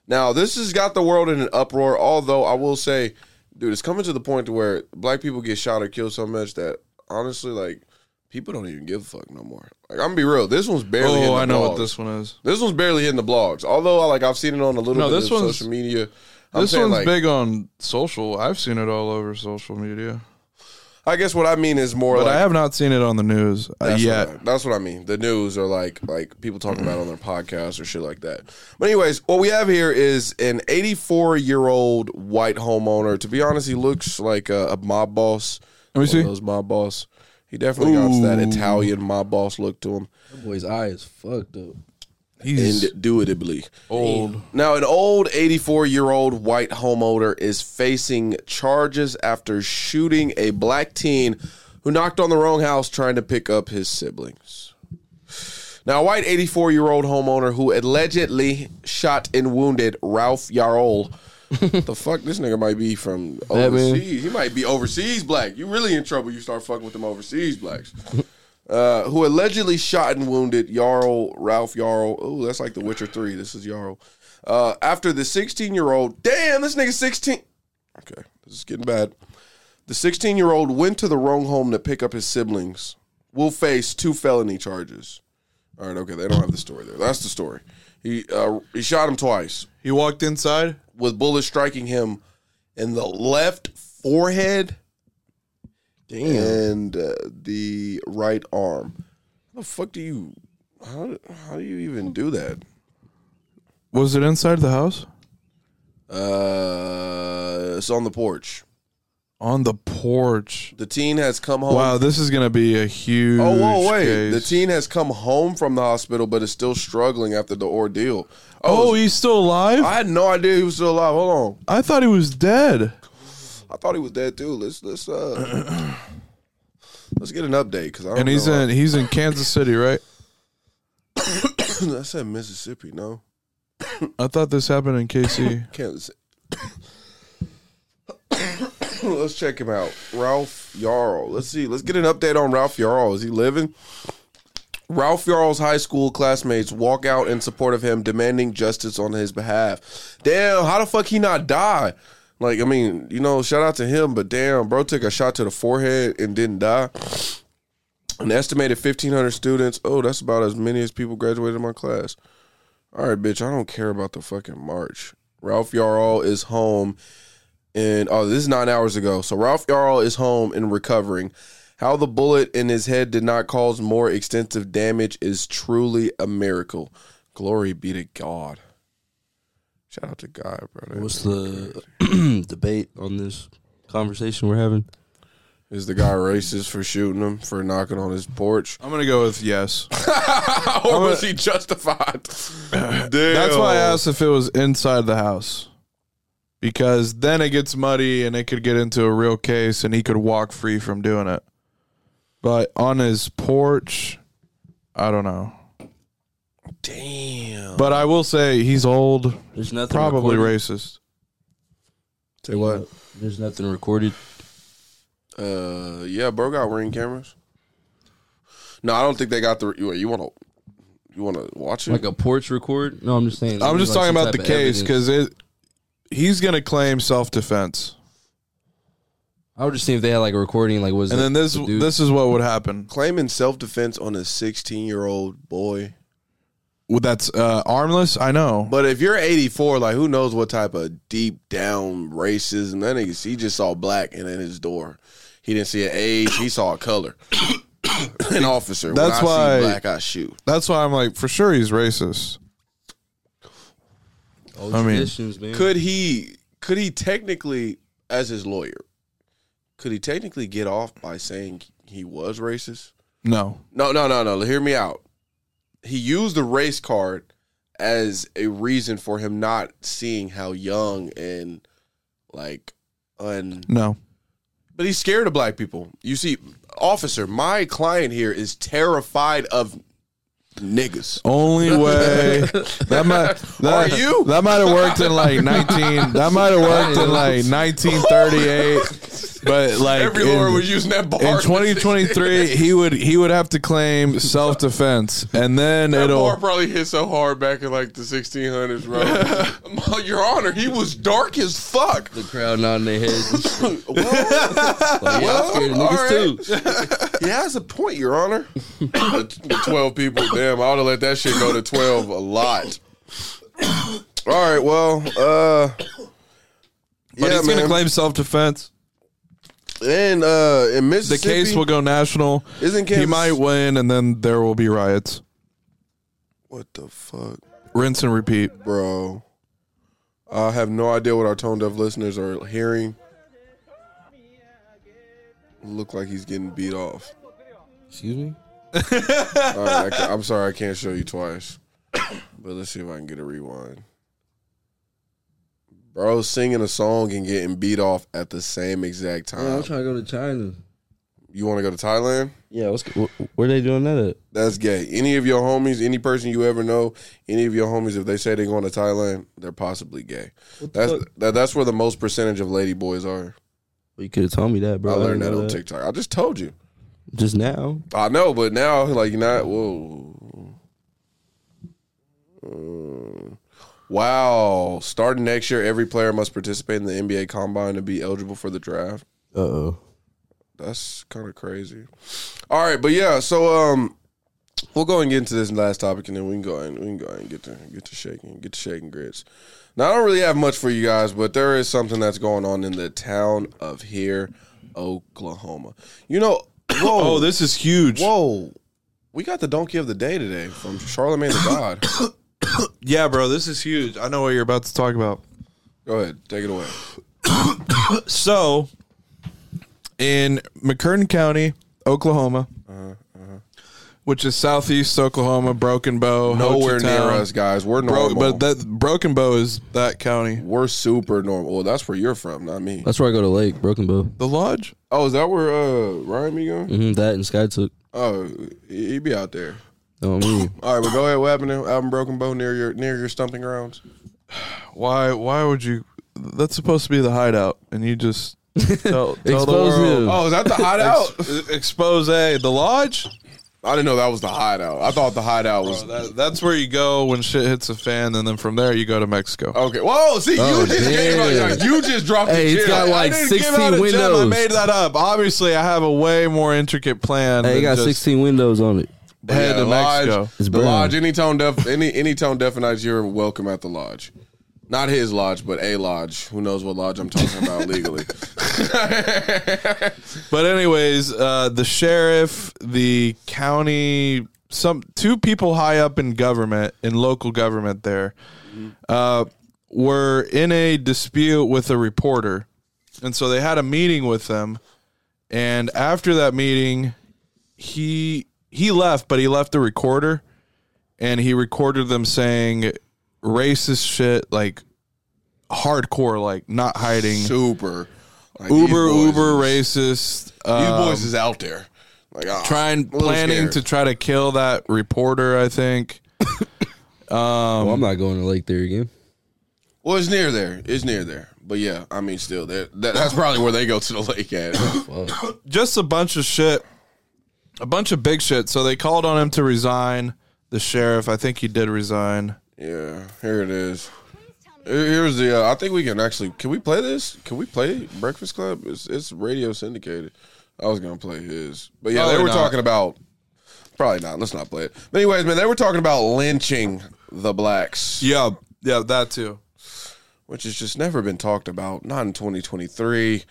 Speaker 1: Now, this has got the world in an uproar. Although I will say, dude, it's coming to the point to where black people get shot or killed so much that honestly, like, people don't even give a fuck no more. Like, I'm gonna be real. This one's barely. hitting
Speaker 2: Oh,
Speaker 1: the
Speaker 2: I know what
Speaker 1: blogs.
Speaker 2: this one is.
Speaker 1: This one's barely hitting the blogs. Although, like, I've seen it on a little
Speaker 2: No,
Speaker 1: bit
Speaker 2: this
Speaker 1: of
Speaker 2: one's-
Speaker 1: social media. I'm
Speaker 2: This
Speaker 1: saying,
Speaker 2: one's
Speaker 1: like,
Speaker 2: big on social. I've seen it all over social media,
Speaker 1: I guess what I mean is more
Speaker 2: but
Speaker 1: like
Speaker 2: I have not seen it on the news uh,
Speaker 1: That's
Speaker 2: yet.
Speaker 1: What I, that's what I mean. The news or like like people talking about it on their podcasts or shit like that. But anyways, what we have here is an 84 year old white homeowner. To be honest, he looks like a, a mob boss.
Speaker 2: Let me
Speaker 1: One of
Speaker 2: see.
Speaker 1: those mob boss. He definitely got that Italian mob boss look to him,
Speaker 3: That boy's eye is fucked up.
Speaker 2: He's
Speaker 1: indubitably.
Speaker 2: old.
Speaker 1: Now, an old 84 year old white homeowner is facing charges after shooting a black teen who knocked on the wrong house trying to pick up his siblings. Now, a white 84 year old homeowner who allegedly shot and wounded Ralph Yarol. the fuck? This nigga might be from
Speaker 3: man.
Speaker 1: overseas. He might be overseas black. You really in trouble. You start fucking with them overseas blacks. Uh, who allegedly shot and wounded Jarl Ralph Jarl. Ooh, that's like The Witcher Three. This is Jarl. Uh, after the 16 year old, damn, this nigga 16. Okay, this is getting bad. The 16 year old went to the wrong home to pick up his siblings. Will face two felony charges. All right, okay, they don't have the story there. That's the story. He uh, he shot him twice
Speaker 2: He walked inside.
Speaker 1: with bullets striking him in the left forehead and uh, the right arm. How the fuck do you how how do you even do that?
Speaker 2: Was it inside the house?
Speaker 1: Uh, it's on the porch.
Speaker 2: On the porch.
Speaker 1: The teen has come home.
Speaker 2: Wow, this is gonna be a huge.
Speaker 1: Oh, whoa, wait.
Speaker 2: case.
Speaker 1: The teen has come home from the hospital, but is still struggling after the ordeal.
Speaker 2: Oh,
Speaker 1: Oh,
Speaker 2: he's still alive.
Speaker 1: I had no idea he was still alive. Hold on.
Speaker 2: I thought he was dead.
Speaker 1: I thought he was dead too. Let's let's uh let's get an update because I don't
Speaker 2: And he's
Speaker 1: know.
Speaker 2: in he's in Kansas City, right?
Speaker 1: I said Mississippi. No,
Speaker 2: I thought this happened in KC.
Speaker 1: Kansas. let's check him out, Ralph Yarl. Let's see. Let's get an update on Ralph Yarl. Is he living? Ralph Yarl's high school classmates walk out in support of him, demanding justice on his behalf. Damn, how the fuck he not die? Like, I mean, you know, shout out to him, but damn, bro took a shot to the forehead and didn't die. An estimated 1,500 students. Oh, that's about as many as people graduated in my class. All right, bitch, I don't care about the fucking march. Ralph Yarl is home and oh, this is nine hours ago. So Ralph Jarl is home and recovering. How the bullet in his head did not cause more extensive damage is truly a miracle. Glory be to God. Shout out to God, brother.
Speaker 3: What's the debate on this conversation we're having?
Speaker 1: Is the guy racist for shooting him for knocking on his porch,
Speaker 2: I'm gonna go with yes.
Speaker 1: or was he justified? Damn.
Speaker 2: That's why I asked if it was inside the house. Because then it gets muddy and it could get into a real case and he could walk free from doing it. But on his porch, I don't know.
Speaker 1: Damn.
Speaker 2: But I will say he's old,
Speaker 3: There's nothing
Speaker 2: probably
Speaker 3: recorded.
Speaker 2: racist.
Speaker 1: Say what?
Speaker 3: There's nothing recorded.
Speaker 1: Uh, yeah, bro, got ring cameras. No, I don't think they got the. Wait, you want to? You want to watch it?
Speaker 3: Like a porch record? No, I'm just saying.
Speaker 2: I'm just
Speaker 3: like
Speaker 2: talking
Speaker 3: some
Speaker 2: about the
Speaker 3: type of
Speaker 2: case
Speaker 3: evidence.
Speaker 2: because it he's gonna claim self defense.
Speaker 3: I would just see if they had like a recording. Like, was
Speaker 2: And
Speaker 3: the-
Speaker 2: then this
Speaker 3: the dude-
Speaker 2: this is what would happen.
Speaker 1: claiming self defense on a 16 year old boy.
Speaker 2: Well, that's uh, armless, I know.
Speaker 1: But if you're 84, like who knows what type of deep down racism that nigga. He just saw black and in his door, he didn't see an age. He saw a color. An officer.
Speaker 2: That's
Speaker 1: when I
Speaker 2: why-
Speaker 1: see black. I shoot.
Speaker 2: That's why I'm like, for sure he's racist.
Speaker 3: old
Speaker 2: I mean,
Speaker 3: traditions, man.
Speaker 1: Could he? Could he technically, as his lawyer, could he technically get off by saying he was racist?
Speaker 2: No.
Speaker 1: No, no, no, no. Hear me out. He used the race card as a reason for him not seeing how young and like un.
Speaker 2: No.
Speaker 1: But he's scared of black people. You see, officer, my client here is terrified of niggas.
Speaker 2: Only way that might that,
Speaker 1: Are you?
Speaker 2: that might have worked in like nineteen that might have worked in like nineteen thirty eight, but like
Speaker 1: Every
Speaker 2: in,
Speaker 1: lawyer was using that bar.
Speaker 2: in twenty twenty three he would he would have to claim self defense and then
Speaker 1: That
Speaker 2: it'll
Speaker 1: bar probably hit so hard back in like the 1600s, bro. Your Honor, he was dark as fuck.
Speaker 3: the crowd nodding their heads?
Speaker 1: Well,
Speaker 3: like, yeah, I'm scared of
Speaker 1: all
Speaker 3: niggas too.
Speaker 1: He has a point, Your Honor. the twelve people, damn! I would have let that shit go to twelve a lot. All right, well, uh,
Speaker 2: but
Speaker 1: yeah,
Speaker 2: he's gonna
Speaker 1: man.
Speaker 2: claim self defense.
Speaker 1: and uh, in
Speaker 2: The
Speaker 1: Mississippi,
Speaker 2: case will go national.
Speaker 1: isn't Kansas.
Speaker 2: He might win and then there will be riots.
Speaker 1: What the fuck,
Speaker 2: Rinse and repeat.
Speaker 1: bro? I have no idea what our tone deaf listeners are hearing. Look like he's getting beat off.
Speaker 3: Excuse me.
Speaker 1: All right, I ca- I'm sorry, I can't show you twice. But let's see if I can get a rewind. Bro, singing a song and getting beat off at the same exact
Speaker 3: Yeah, I'm
Speaker 1: time.
Speaker 3: trying to go to China.
Speaker 1: You want to go to Thailand?
Speaker 3: Yeah, what's where they doing that at?
Speaker 1: That's gay. Any of your homies, any person you ever know, any of your homies, if they say they're going to Thailand, they're possibly gay. That's that, that's where the most percentage of lady boys are.
Speaker 3: Well, you could have told me that, bro.
Speaker 1: I learned
Speaker 3: didn't
Speaker 1: that
Speaker 3: know
Speaker 1: on TikTok. I just told you.
Speaker 3: Just now.
Speaker 1: I know, but now like you're not. Whoa. Mm. Wow! Starting next year, every player must participate in the NBA Combine to be eligible for the draft.
Speaker 3: Uh oh.
Speaker 1: That's kind of crazy. All right, but yeah, so um, we'll go and get into this last topic, and then we can go and we can go ahead and get to get to shaking, get to shaking grits. Now I don't really have much for you guys, but there is something that's going on in the town of here, Oklahoma. You know, whoa,
Speaker 2: Oh, this is huge.
Speaker 1: whoa, we got the donkey of the day today from Charlemagne the God.
Speaker 2: Yeah, bro, this is huge. I know what you're about to talk about.
Speaker 1: Go ahead, take it away.
Speaker 2: So, in McCurtain County, Oklahoma, which is southeast Oklahoma, Broken Bow,
Speaker 1: Nowhere near
Speaker 2: Hochatown.
Speaker 1: us, guys. We're
Speaker 2: Bro,
Speaker 1: normal,
Speaker 2: but that Broken Bow is that county.
Speaker 1: we're super normal. Well, that's where you're from, not me.
Speaker 3: That's where I go to Lake Broken Bow.
Speaker 2: The lodge?
Speaker 1: Oh, is that where uh Ryan be going?
Speaker 3: hmm that and Skytook.
Speaker 1: Oh, he he be out there.
Speaker 3: Know what I mean?
Speaker 1: All right, but go ahead. What happened to Alvin Broken Bow near your near your stumping grounds?
Speaker 2: Why? Why would you? That's supposed to be the hideout, and you just tell, tell the
Speaker 3: Expose
Speaker 2: world.
Speaker 3: him.
Speaker 1: Oh, is that the hideout?
Speaker 2: Ex- expose the lodge.
Speaker 1: I didn't know that was the hideout. I thought the hideout was
Speaker 2: That, that's where you go when shit hits a fan, and then from there you go to Mexico.
Speaker 1: okay. Whoa, see,
Speaker 3: Oh,
Speaker 1: you just gave
Speaker 3: damn.
Speaker 1: out, you just dropped.
Speaker 3: Hey,
Speaker 1: the gem.
Speaker 3: it's got like
Speaker 2: I didn't give
Speaker 3: 16
Speaker 2: out a gem, I
Speaker 3: windows.
Speaker 2: made that up. Obviously, I have a way more intricate plan.
Speaker 3: Hey,
Speaker 2: than
Speaker 3: it got
Speaker 2: just
Speaker 3: 16 windows on it.
Speaker 2: Head
Speaker 1: Yeah,
Speaker 2: to
Speaker 1: the lodge-
Speaker 2: Mexico.
Speaker 3: It's
Speaker 1: the
Speaker 3: brown.
Speaker 1: lodge, any tone deaf, any any tone deaf and eyes, you're welcome at the lodge. Not his lodge, but a lodge. Who knows what lodge I'm talking about legally?
Speaker 2: But anyways, uh, the sheriff, the county, some two people high up in government, in local government there, uh, were in a dispute with a reporter, and so they had a meeting with them. And after that meeting, he he left, but he left a recorder, and he recorded them saying racist shit like hardcore, like not hiding.
Speaker 1: Super. Like, these
Speaker 2: Uber,
Speaker 1: boys
Speaker 2: uber
Speaker 1: is-
Speaker 2: racist.
Speaker 1: These
Speaker 2: um,
Speaker 1: boys is out there. Like ah,
Speaker 2: trying
Speaker 1: a little
Speaker 2: planning
Speaker 1: scared.
Speaker 2: to try to kill that reporter. I think. Um,
Speaker 3: Oh, I'm not going to Lake there again.
Speaker 1: Well, it's near there. It's near there. But yeah, I mean, still, that, that that's probably where they go to the lake at.
Speaker 2: Just a bunch of shit, a bunch of big shit. So they called on him to resign. The sheriff, I think he did resign.
Speaker 1: yeah, here it is. Here- Here's the. Uh, I think we can actually. Can we play this? Can we play Breakfast Club? It's it's radio syndicated. I was gonna play his, but yeah, they
Speaker 2: Probably
Speaker 1: were
Speaker 2: not.
Speaker 1: talking about. Probably not. Let's not play it. But anyways, man, they were talking about lynching the blacks,
Speaker 2: Yeah, yeah, that too.
Speaker 1: which has just never been talked about. Not in 2023.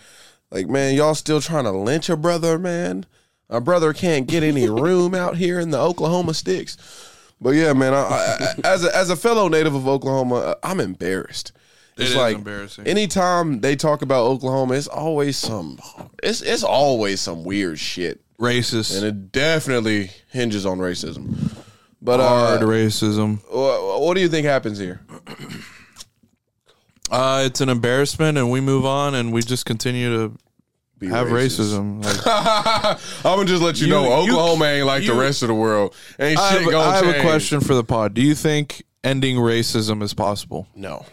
Speaker 1: Like, man, y'all still trying to lynch a brother, man. A brother can't get any room out here in the Oklahoma sticks. But yeah, man, I, I, as a, as a fellow native of Oklahoma, uh, I'm embarrassed. It's
Speaker 2: is
Speaker 1: like
Speaker 2: embarrassing.
Speaker 1: anytime they talk about Oklahoma, it's always some it's it's always some weird shit,
Speaker 2: Racist,
Speaker 1: and it definitely hinges on racism. But
Speaker 2: hard
Speaker 1: uh,
Speaker 2: racism.
Speaker 1: what, what do you think happens here?
Speaker 2: Uh, it's an embarrassment, and we move on, and we just continue to
Speaker 1: Be
Speaker 2: have
Speaker 1: racist.
Speaker 2: racism. Like,
Speaker 1: I'm gonna just let you,
Speaker 2: You-
Speaker 1: know,
Speaker 2: you-
Speaker 1: Oklahoma ain't like the
Speaker 2: you-
Speaker 1: rest of the world. Ain't
Speaker 2: I
Speaker 1: shit
Speaker 2: have,
Speaker 1: gonna
Speaker 2: I have
Speaker 1: change.
Speaker 2: a question for the pod. Do you think ending racism is possible?
Speaker 1: No.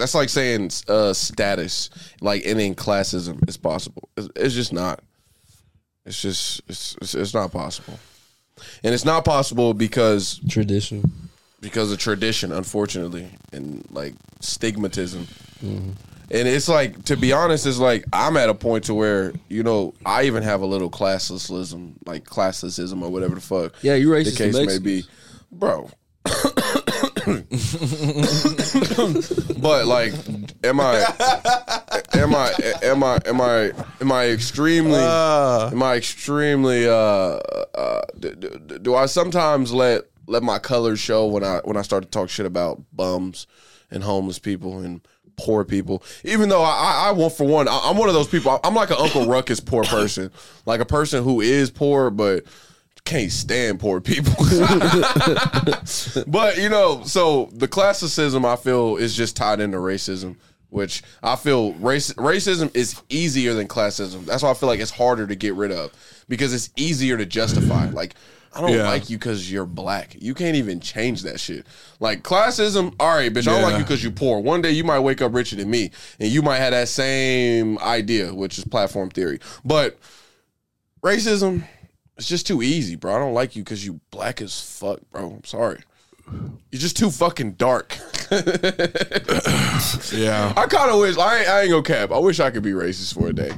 Speaker 1: That's like saying uh, status, like ending classism is possible. It's, it's just not. It's just it's, it's it's not possible, and it's not possible because
Speaker 3: Tradition.
Speaker 1: because of tradition, unfortunately, and like stigmatism.
Speaker 2: Mm-hmm.
Speaker 1: And it's like to be honest, it's like I'm at a point to where you know I even have a little classism, like classicism or whatever the fuck.
Speaker 3: Yeah, you
Speaker 1: the
Speaker 3: racist.
Speaker 1: case
Speaker 3: to
Speaker 1: may be, bro. but like, am I, am I, am I, am I, am I extremely,
Speaker 2: Uh,
Speaker 1: am I extremely, uh, uh do, do, do I sometimes let let my colors show when I when I start to talk shit about bums and homeless people and poor people even though i i, I want for one I, i'm one of those people i'm like an uncle ruckus poor person like a person who is poor but can't stand poor people. but you know, so the classicism I feel is just tied into racism, which I feel race, racism is easier than classism. That's why I feel like it's harder to get rid of because it's easier to justify. Like I don't
Speaker 2: Yeah.
Speaker 1: like you because you're black. You can't even change that shit. Like classism, all right, bitch. I don't like
Speaker 2: Yeah.
Speaker 1: you because you poor. One day you might wake up richer than me, and you might have that same idea, which is platform theory. But racism it's just too easy, bro. I don't like you because you black as fuck, bro. I'm sorry. You're just too fucking dark.
Speaker 2: Yeah.
Speaker 1: I kind of wish I ain't, I ain't gonna cap. I wish I could be racist for a day,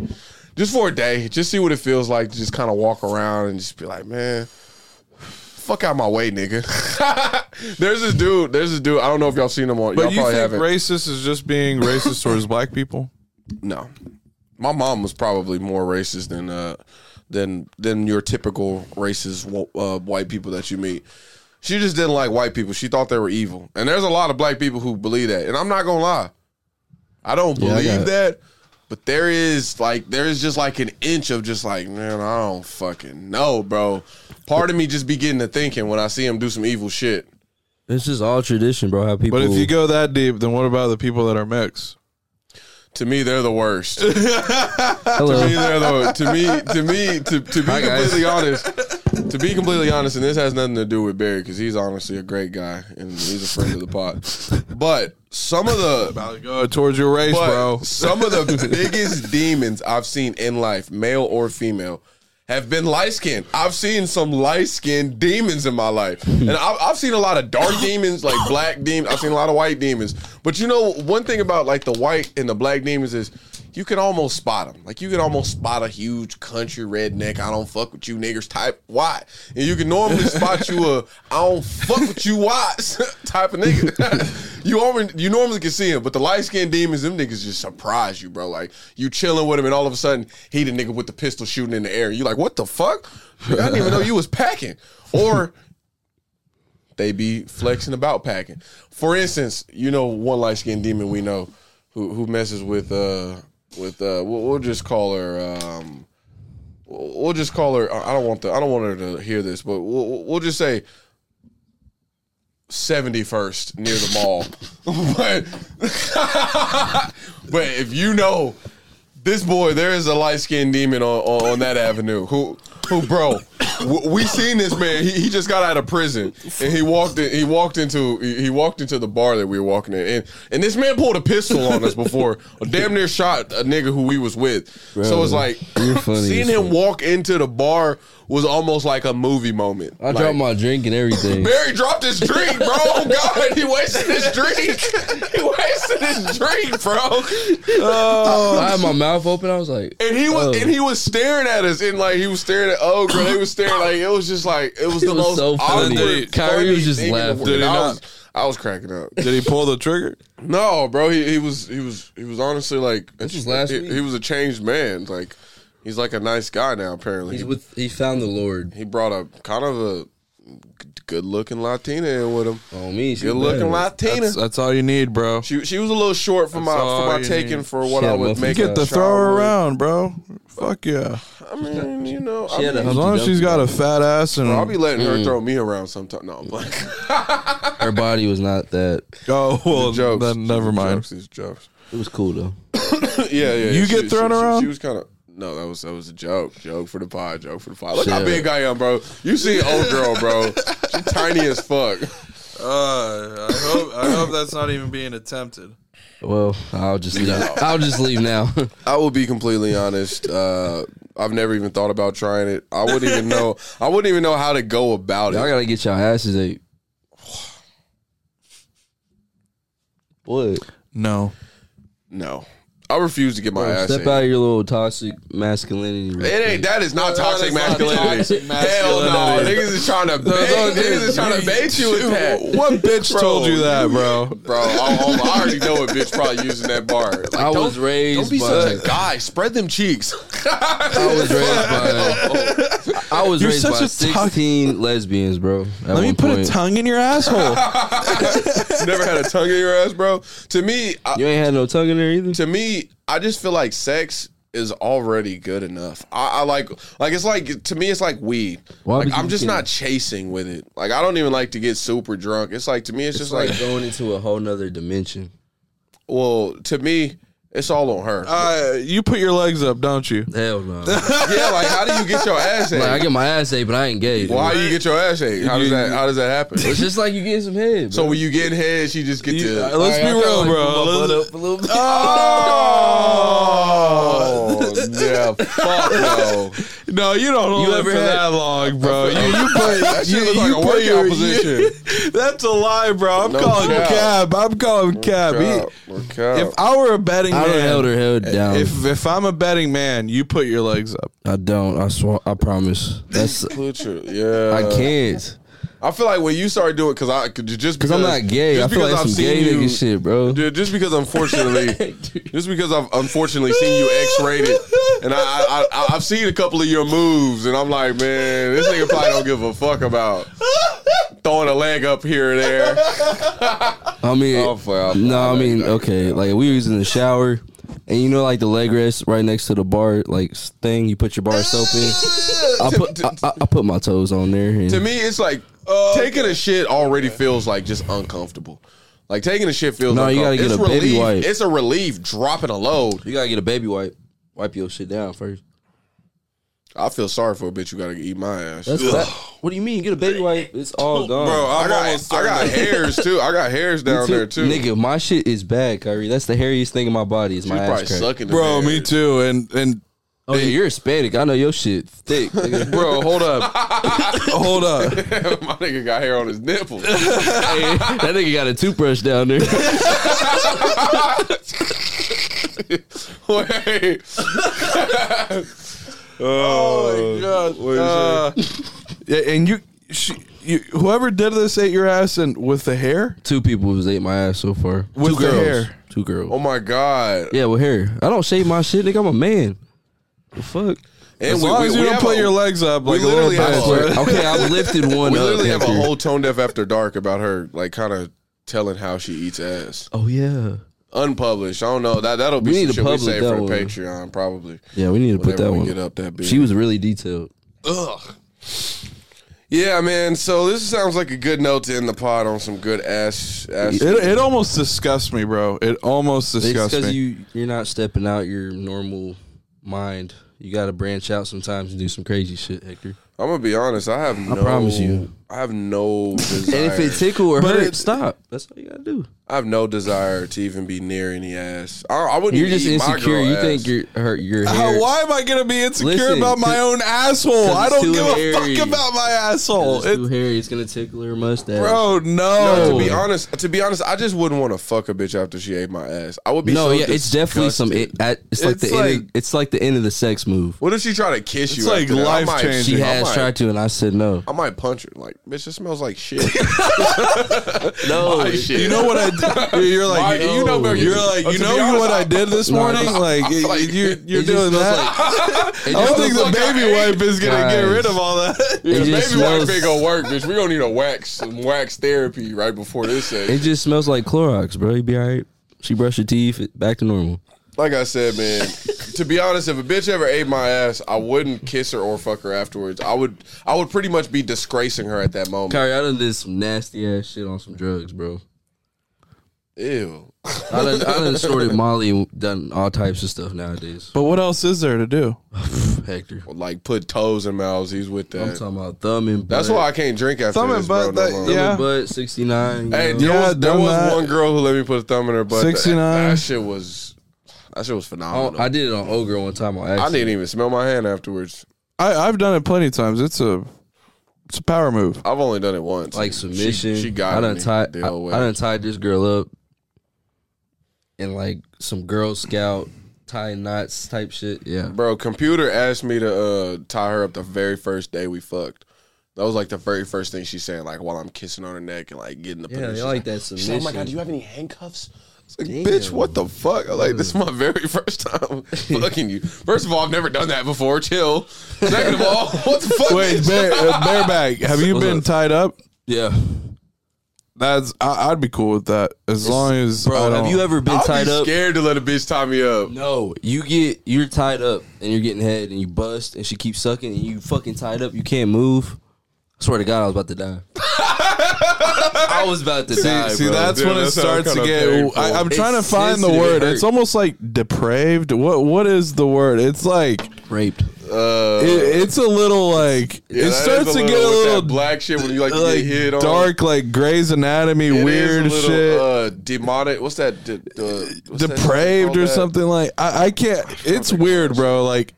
Speaker 1: just for a day, just see what it feels like. to Just kind of walk around and just be like, man, fuck out my way, nigga. there's this dude. There's this dude. I don't know if y'all seen him on. y'all
Speaker 2: But you
Speaker 1: probably
Speaker 2: think
Speaker 1: haven't.
Speaker 2: racist is just being racist towards black people?
Speaker 1: no, my mom was probably more racist than uh than than your typical racist wo- uh, white people that you meet. She just didn't like white people. She thought they were evil, and there's a lot of black people who believe that. And I'm not gonna lie, I don't
Speaker 3: Yeah, I
Speaker 1: believe
Speaker 3: got it.
Speaker 1: that. But there is like there is just like an inch of just like man, I don't fucking know, bro. Part of me just be getting to thinking when I see him do some evil shit.
Speaker 3: This is all tradition, bro. How people.
Speaker 2: But if you go that deep, then what about the people that are mixed?
Speaker 1: To me, they're the worst. to me,
Speaker 3: hello,
Speaker 1: they're the- to me, to me, to, to be
Speaker 3: Hi, guys.
Speaker 1: completely honest, to be completely honest, and this has nothing to do with Barry because he's honestly a great guy and he's a friend of the pot. But some of the,
Speaker 2: About to go oh, towards your race,
Speaker 1: but
Speaker 2: bro.
Speaker 1: some of the biggest demons I've seen in life, male or female, have been light skinned. I've seen some light skinned demons in my life, and I've, I've seen a lot of dark demons, like black demons. I've seen a lot of white demons. But you know, one thing about like the white and the black demons is you can almost spot them. Like you can almost spot a huge country redneck. I don't fuck with you niggers type. Why? And you can normally spot you a I don't fuck with you whys type of nigga. you already, you normally can see him, but the light skinned demons, them niggas just surprise you, bro. Like you chilling with him, and all of a sudden he the nigga with the pistol shooting in the air. You like what the fuck? I didn't even know you was packing. Or they be flexing about packing. For instance, you know one light skinned demon we know who who messes with uh with uh we'll, we'll just call her um we'll we'll just call her I I don't want the I don't want her to hear this, but we'll, we'll- we'll just say 71st near the mall. but but if you know this boy, there is a light skinned demon on, on on that avenue. Who who bro? w- We seen this man. He, he just got out of prison and he walked in, he walked into he he walked into the bar that we were walking in and and this man pulled a pistol on us before, or damn near shot a nigga who we was with. so it's like
Speaker 3: you're funny
Speaker 1: seeing
Speaker 3: as
Speaker 1: him
Speaker 3: fuck.
Speaker 1: walk into the bar was almost like a movie moment.
Speaker 3: I
Speaker 1: Like,
Speaker 3: dropped my drink and everything.
Speaker 1: Barry dropped his drink, bro. Oh God, he wasted his drink. He wasted his drink, bro.
Speaker 2: Oh.
Speaker 3: I had my mouth open. I was like,
Speaker 1: And he was
Speaker 3: Oh.
Speaker 1: and he was staring at us, and like he was staring at oh girl, they was staring like it was just like it was the
Speaker 3: It
Speaker 1: most
Speaker 3: was so funny.
Speaker 1: awkward.
Speaker 3: Kyrie
Speaker 1: funny
Speaker 3: was just
Speaker 1: thing in the
Speaker 3: laughing.
Speaker 1: world.
Speaker 2: Did he
Speaker 1: I
Speaker 2: not?
Speaker 1: was, I was cracking up.
Speaker 2: Did he pull the trigger?
Speaker 1: No, bro, he, he was he was he was honestly like this
Speaker 3: was last
Speaker 1: he,
Speaker 3: week.
Speaker 1: he was a changed man. Like he's like a nice guy now. Apparently,
Speaker 3: he's
Speaker 1: he,
Speaker 3: with. He found the Lord
Speaker 1: he brought a kind of a good looking Latina in with him.
Speaker 3: on me. She
Speaker 1: Good looking
Speaker 3: bad.
Speaker 1: Latina.
Speaker 2: Oh, That's, uh, that's all you need, bro.
Speaker 1: She she was a little short for my
Speaker 2: all
Speaker 1: for my
Speaker 2: you
Speaker 1: taking
Speaker 2: need.
Speaker 1: for what
Speaker 3: She
Speaker 1: I
Speaker 3: had
Speaker 1: would
Speaker 3: muffins.
Speaker 1: make.
Speaker 2: Get
Speaker 1: a
Speaker 2: the
Speaker 1: child
Speaker 2: throw
Speaker 1: with.
Speaker 2: around, bro. Fuck yeah.
Speaker 1: I mean, you know,
Speaker 3: She
Speaker 1: I
Speaker 3: had a
Speaker 1: mean,
Speaker 2: As long as she's got a Hmm. fat ass
Speaker 1: I'll
Speaker 2: and
Speaker 1: be letting her throw me around sometime. No, I'm like
Speaker 3: Her body was not that.
Speaker 2: oh, well,
Speaker 1: jokes.
Speaker 2: then never
Speaker 1: These
Speaker 2: mind.
Speaker 1: Jokes, these jokes.
Speaker 3: It was cool though.
Speaker 1: yeah, yeah. yeah.
Speaker 2: You get
Speaker 1: she,
Speaker 2: thrown
Speaker 1: she, she-
Speaker 2: around?
Speaker 1: She, was kind of. No, that was that was a joke. Joke for the pod. Joke for the pod. Look how
Speaker 3: Shit.
Speaker 1: big I am, bro. You see, old girl, bro. She tiny as fuck.
Speaker 2: Uh, I hope I hope that's not even being attempted.
Speaker 3: Well, I'll just leave. I'll just leave now.
Speaker 1: I will be completely honest. Uh, I've never even thought about trying it. I wouldn't even know. I wouldn't even know how to go about
Speaker 3: Y'all
Speaker 1: it.
Speaker 3: gotta get y'all asses ate. What?
Speaker 2: No.
Speaker 1: No, I refuse to get my ass.
Speaker 3: Step
Speaker 1: ate.
Speaker 3: out of your little toxic masculinity. real
Speaker 1: It ain't.
Speaker 3: quick.
Speaker 1: That is not
Speaker 2: No,
Speaker 1: toxic
Speaker 2: that's not
Speaker 1: masculinity.
Speaker 2: toxic
Speaker 1: Hell no,
Speaker 2: masculinity.
Speaker 1: niggas is trying to bait. niggas is trying to bait you with that.
Speaker 2: What bitch
Speaker 1: Bro,
Speaker 2: told you that, bro?
Speaker 1: Bro, I, I already know a bitch probably using that bar. Like,
Speaker 3: I
Speaker 1: don't-
Speaker 3: was raised
Speaker 1: Don't be
Speaker 3: by.
Speaker 1: such a guy. Spread them cheeks.
Speaker 3: I was raised by. I was
Speaker 2: You're
Speaker 3: raised
Speaker 2: such
Speaker 3: by
Speaker 2: a toxic-
Speaker 3: sixteen lesbians, bro.
Speaker 2: Let me put a tongue in your asshole.
Speaker 1: Never had a tongue in your ass, bro. To me, I,
Speaker 3: You ain't had no tongue in there either.
Speaker 1: to me, I just feel like sex is already good enough. I, I like, like it's like to me, it's like weed.
Speaker 3: Why
Speaker 1: Like,
Speaker 3: would you
Speaker 1: I'm just
Speaker 3: get-
Speaker 1: not chasing with it. Like I don't even like to get super drunk. It's like to me, it's,
Speaker 3: It's
Speaker 1: just
Speaker 3: like
Speaker 1: like,
Speaker 3: going into a whole nother dimension.
Speaker 1: well, to me, it's all on her.
Speaker 2: Uh, you put your legs up, don't you?
Speaker 3: Hell no.
Speaker 1: yeah, like how do you get your ass ate?
Speaker 3: like I get my ass ate, but I ain't gay.
Speaker 1: Why do you get your ass ate? How does that? How does that happen?
Speaker 3: It's just like you getting some head.
Speaker 1: So
Speaker 3: bro.
Speaker 1: when you get head, she just get
Speaker 2: You-
Speaker 1: to.
Speaker 2: uh, let's be
Speaker 3: I kinda
Speaker 2: real,
Speaker 3: like
Speaker 2: bro.
Speaker 3: put my
Speaker 2: Let's-
Speaker 3: butt up a little bit.
Speaker 1: oh, yeah, fuck no.
Speaker 2: No, you don't
Speaker 3: You
Speaker 2: live
Speaker 3: ever
Speaker 2: for
Speaker 3: had-
Speaker 2: that long, bro. You, you put
Speaker 1: That shit
Speaker 2: you,
Speaker 1: look like
Speaker 2: you
Speaker 1: a
Speaker 2: put
Speaker 1: workout
Speaker 2: your,
Speaker 1: position.
Speaker 2: you- that's a lie, bro. I'm
Speaker 1: No
Speaker 2: calling
Speaker 1: cap.
Speaker 2: cab. I'm calling cab. He-
Speaker 1: Work out, work out.
Speaker 2: if I were a betting
Speaker 3: I
Speaker 2: man,
Speaker 3: don't held her head down.
Speaker 2: if if I'm a betting man, you put your legs up.
Speaker 3: I don't. I swear. I promise. That's.
Speaker 1: Put your- yeah,
Speaker 3: I can't.
Speaker 1: I feel like when you started doing because I could just because
Speaker 3: Cause I'm not gay. I
Speaker 1: just
Speaker 3: feel
Speaker 1: because
Speaker 3: like
Speaker 1: I've
Speaker 3: some
Speaker 1: seen
Speaker 3: gay
Speaker 1: you-
Speaker 3: nigga shit, bro.
Speaker 1: Dude, just because unfortunately, just because I've unfortunately seen you X-rated, and I, I, I I've seen a couple of your moves, and I'm like, man, this nigga probably don't give a fuck about throwing a leg up here or there.
Speaker 3: I mean,
Speaker 1: I'll fuck- I'll fuck
Speaker 3: no, I
Speaker 1: that
Speaker 3: mean,
Speaker 1: guy.
Speaker 3: okay. Like we was in the shower, and you know, like the leg rest right next to the bar, like s- thing. You put your bar of soap in. I put I, I, I put my toes on there. And,
Speaker 1: To me, it's like taking a shit already feels like just uncomfortable. Like taking a shit feels
Speaker 3: No, you gotta
Speaker 1: uncomfortable.
Speaker 3: get
Speaker 1: it's
Speaker 3: a baby
Speaker 1: relief.
Speaker 3: wipe.
Speaker 1: It's a relief dropping a load.
Speaker 3: you gotta get a baby wipe. Wipe your shit down first.
Speaker 1: I feel sorry for a bitch. You gotta eat my ass.
Speaker 3: That's that, what do you mean? Get a baby wipe. It's all gone.
Speaker 1: Bro, I got, I got hairs too. I got hairs down there too.
Speaker 3: Nigga, my shit is bad, Kyrie. That's the hairiest thing in my body. Is my
Speaker 1: you probably
Speaker 3: ass crack.
Speaker 1: sucking, the
Speaker 2: Bro, me
Speaker 1: hairs.
Speaker 2: too. And and
Speaker 3: Oh, yeah, you're Hispanic. I know your shit thick. nigga.
Speaker 2: bro, hold up, hold up.
Speaker 1: my nigga got hair on his nipples.
Speaker 3: Hey, that nigga got a toothbrush down there.
Speaker 1: Wait. oh my god.
Speaker 2: Uh, yeah, and you, she, you, whoever did this ate your ass and with the hair.
Speaker 3: Two people has ate my ass so far.
Speaker 2: With
Speaker 3: Two
Speaker 2: the
Speaker 3: girls.
Speaker 2: hair.
Speaker 3: Two girls.
Speaker 1: Oh my god.
Speaker 3: Yeah, with hair. I don't shave my shit, nigga. I'm a man. The fuck.
Speaker 1: And
Speaker 2: as long as you don't
Speaker 1: have
Speaker 2: put
Speaker 1: a-
Speaker 2: your legs up, like a little
Speaker 1: literally have
Speaker 2: bit.
Speaker 1: a-
Speaker 3: Swear- okay, I lifted one
Speaker 1: We
Speaker 3: up.
Speaker 1: literally have a
Speaker 3: after.
Speaker 1: whole tone deaf after dark about her, like kind of telling how she eats ass.
Speaker 3: Oh yeah.
Speaker 1: Unpublished. I don't know. That that'll be
Speaker 3: We
Speaker 1: some
Speaker 3: need to
Speaker 1: shit we
Speaker 3: publish
Speaker 1: save
Speaker 3: that
Speaker 1: for the
Speaker 3: one.
Speaker 1: Patreon probably.
Speaker 3: Yeah, we need to put
Speaker 1: Whenever
Speaker 3: that
Speaker 1: we
Speaker 3: one.
Speaker 1: get up that bitch.
Speaker 3: She was really detailed.
Speaker 1: Ugh. Yeah, man. So this sounds like a good note to end the pod on some good ass. ass
Speaker 2: It, it almost disgusts me, bro. It almost
Speaker 3: It's
Speaker 2: disgusts
Speaker 3: because
Speaker 2: me.
Speaker 3: you you're not stepping out your normal mind. You got to branch out sometimes and do some crazy shit, Hector.
Speaker 1: I'm gonna be honest. I have. No,
Speaker 3: promise you.
Speaker 1: I have no desire.
Speaker 3: And if it tickle or
Speaker 2: But
Speaker 3: hurt,
Speaker 2: it-
Speaker 3: stop. That's all you gotta do.
Speaker 1: I have no desire to even be near any ass. I, I wouldn't.
Speaker 3: You're just
Speaker 1: eat my
Speaker 3: insecure.
Speaker 1: girl
Speaker 3: You
Speaker 1: ass.
Speaker 3: think your her, your
Speaker 2: How-
Speaker 3: hair.
Speaker 2: why am I gonna be insecure
Speaker 3: Listen,
Speaker 2: about my
Speaker 3: c-
Speaker 2: own asshole?
Speaker 3: 'cause
Speaker 2: I
Speaker 3: it's
Speaker 2: don't
Speaker 3: too
Speaker 2: give a
Speaker 3: hairy.
Speaker 2: fuck about my asshole.
Speaker 3: It's too
Speaker 2: It,
Speaker 3: hairy. It's gonna tickle her mustache.
Speaker 2: bro,
Speaker 1: No,
Speaker 2: no.
Speaker 1: to
Speaker 3: Oh.
Speaker 1: be honest, to be honest, I just wouldn't want to fuck a bitch after she ate my ass. I would be.
Speaker 3: no,
Speaker 1: so
Speaker 3: yeah, it's definitely some.
Speaker 1: disgusted.
Speaker 3: It, at, it's like
Speaker 2: It's
Speaker 3: the end.
Speaker 2: like-
Speaker 3: Of, it's like the end of the sex move.
Speaker 1: what if she try to kiss you?
Speaker 2: like
Speaker 1: after that? I
Speaker 2: life
Speaker 1: might-
Speaker 2: changing.
Speaker 1: I
Speaker 3: She has
Speaker 1: might-
Speaker 3: tried to, and I said no.
Speaker 1: I might punch her. Like, bitch, it smells like shit.
Speaker 3: No,
Speaker 1: My
Speaker 2: you know what I did? You're
Speaker 1: Why-
Speaker 2: like,
Speaker 1: you know better.
Speaker 2: you're like,
Speaker 1: But
Speaker 2: you
Speaker 1: to
Speaker 2: know
Speaker 1: be honest,
Speaker 2: what
Speaker 1: I-
Speaker 2: I did this
Speaker 3: No,
Speaker 2: morning?
Speaker 3: I-
Speaker 2: Like,
Speaker 1: I feel like
Speaker 2: you- you're, you're
Speaker 3: it just
Speaker 2: doing
Speaker 3: smells
Speaker 2: that.
Speaker 3: Like,
Speaker 2: I don't think the
Speaker 1: smells like
Speaker 2: baby
Speaker 1: I ate.
Speaker 2: wipe is gonna get
Speaker 3: Guys.
Speaker 2: rid of all that.
Speaker 3: it
Speaker 1: Maybe
Speaker 3: just smells.
Speaker 1: wax ain't gonna work, bitch. We gonna need a wax, some wax therapy right before this. Session.
Speaker 3: It just smells like Clorox, bro. You be alright. She brushed her teeth. it- Back to normal.
Speaker 1: Like I said, man. to be honest, if a bitch ever ate my ass, I wouldn't kiss her or fuck her afterwards. I would, I would pretty much be disgracing her at that moment.
Speaker 3: Kyrie, I done did some nasty ass shit on some drugs, bro.
Speaker 1: Ew.
Speaker 3: I done, I done snorted Molly and done all types of stuff nowadays.
Speaker 2: But what else is there to do?
Speaker 3: Hector,
Speaker 1: Like put toes in mouths. He's with
Speaker 3: I'm
Speaker 1: that.
Speaker 3: talking about thumb and butt.
Speaker 1: That's why I can't drink after
Speaker 2: Thumb and
Speaker 1: this, bro.
Speaker 2: butt,
Speaker 1: no
Speaker 2: that-
Speaker 1: more.
Speaker 2: yeah.
Speaker 3: Thumb and butt, 69.
Speaker 1: Hey,
Speaker 3: you know?
Speaker 1: there
Speaker 2: Yeah,
Speaker 1: was, there
Speaker 2: done
Speaker 1: was
Speaker 2: that.
Speaker 1: one girl who let me put a thumb in her butt. That-
Speaker 2: 69.
Speaker 1: That, shit was, that shit was
Speaker 3: Oh,
Speaker 1: phenomenal.
Speaker 3: I did it on Ogre one time on accident.
Speaker 1: I didn't even smell my hand afterwards.
Speaker 2: I, I've done it plenty of times. It's a it's a power move.
Speaker 1: I've only done it once.
Speaker 3: like
Speaker 1: She-
Speaker 3: submission.
Speaker 1: She, got
Speaker 3: I
Speaker 1: it.
Speaker 3: done tied. I,
Speaker 1: Deal with
Speaker 3: I
Speaker 1: it.
Speaker 3: done tied this girl up in like some Girl Scout tie knots type shit. Yeah,
Speaker 1: Bro, computer asked me to uh, tie her up the very first day we fucked. That was like the very first thing she's saying, like while I'm kissing on her neck and like getting the
Speaker 3: yeah,
Speaker 1: position.
Speaker 3: they like that
Speaker 1: She's like,
Speaker 3: submission.
Speaker 1: oh my god, do you have any handcuffs? It's like,
Speaker 3: Damn.
Speaker 1: bitch, what the fuck? I'm like, this is my very first time fucking you. First of all, I've never done that before. Chill. Second of all, what the fuck?
Speaker 2: Wait,
Speaker 1: bitch?
Speaker 2: bare, uh, bareback. Have you
Speaker 3: What's
Speaker 2: been
Speaker 3: up?
Speaker 2: tied up?
Speaker 3: yeah,
Speaker 2: That's I, I'd be cool with that as long as I
Speaker 3: bro. Have
Speaker 2: don't-
Speaker 3: you ever been
Speaker 1: I'll
Speaker 3: tied
Speaker 1: be
Speaker 3: up?
Speaker 1: scared to let a bitch tie me up.
Speaker 3: No, you get you're tied up and you're getting head and you bust and she keeps sucking and you fucking tied up. You can't move. I swear to God, I was about to die. I was about to die.
Speaker 2: See,
Speaker 3: bro.
Speaker 2: that's
Speaker 1: Dude,
Speaker 2: when it
Speaker 1: that sounds
Speaker 2: starts to
Speaker 1: kinda
Speaker 2: get.
Speaker 1: painful.
Speaker 2: I, I'm
Speaker 3: It's
Speaker 2: trying to find the
Speaker 3: sensitive, it
Speaker 2: word. It's
Speaker 3: hurts.
Speaker 2: almost like depraved. What what is the word? It's like it,
Speaker 3: raped.
Speaker 1: Uh,
Speaker 2: it's a little like
Speaker 1: yeah,
Speaker 2: it
Speaker 1: that is
Speaker 2: starts
Speaker 1: a
Speaker 2: to
Speaker 1: little
Speaker 2: get a
Speaker 1: with
Speaker 2: little
Speaker 1: that black shit when you like,
Speaker 2: like
Speaker 1: get hit on.
Speaker 2: dark, like Grey's Anatomy,
Speaker 1: It is a
Speaker 2: weird
Speaker 1: little,
Speaker 2: shit.
Speaker 1: Uh, demonic. uh, What's that? De- de- what's that shit they
Speaker 2: depraved
Speaker 1: call
Speaker 2: or
Speaker 1: that?
Speaker 2: something like I, I can't it's weird bro like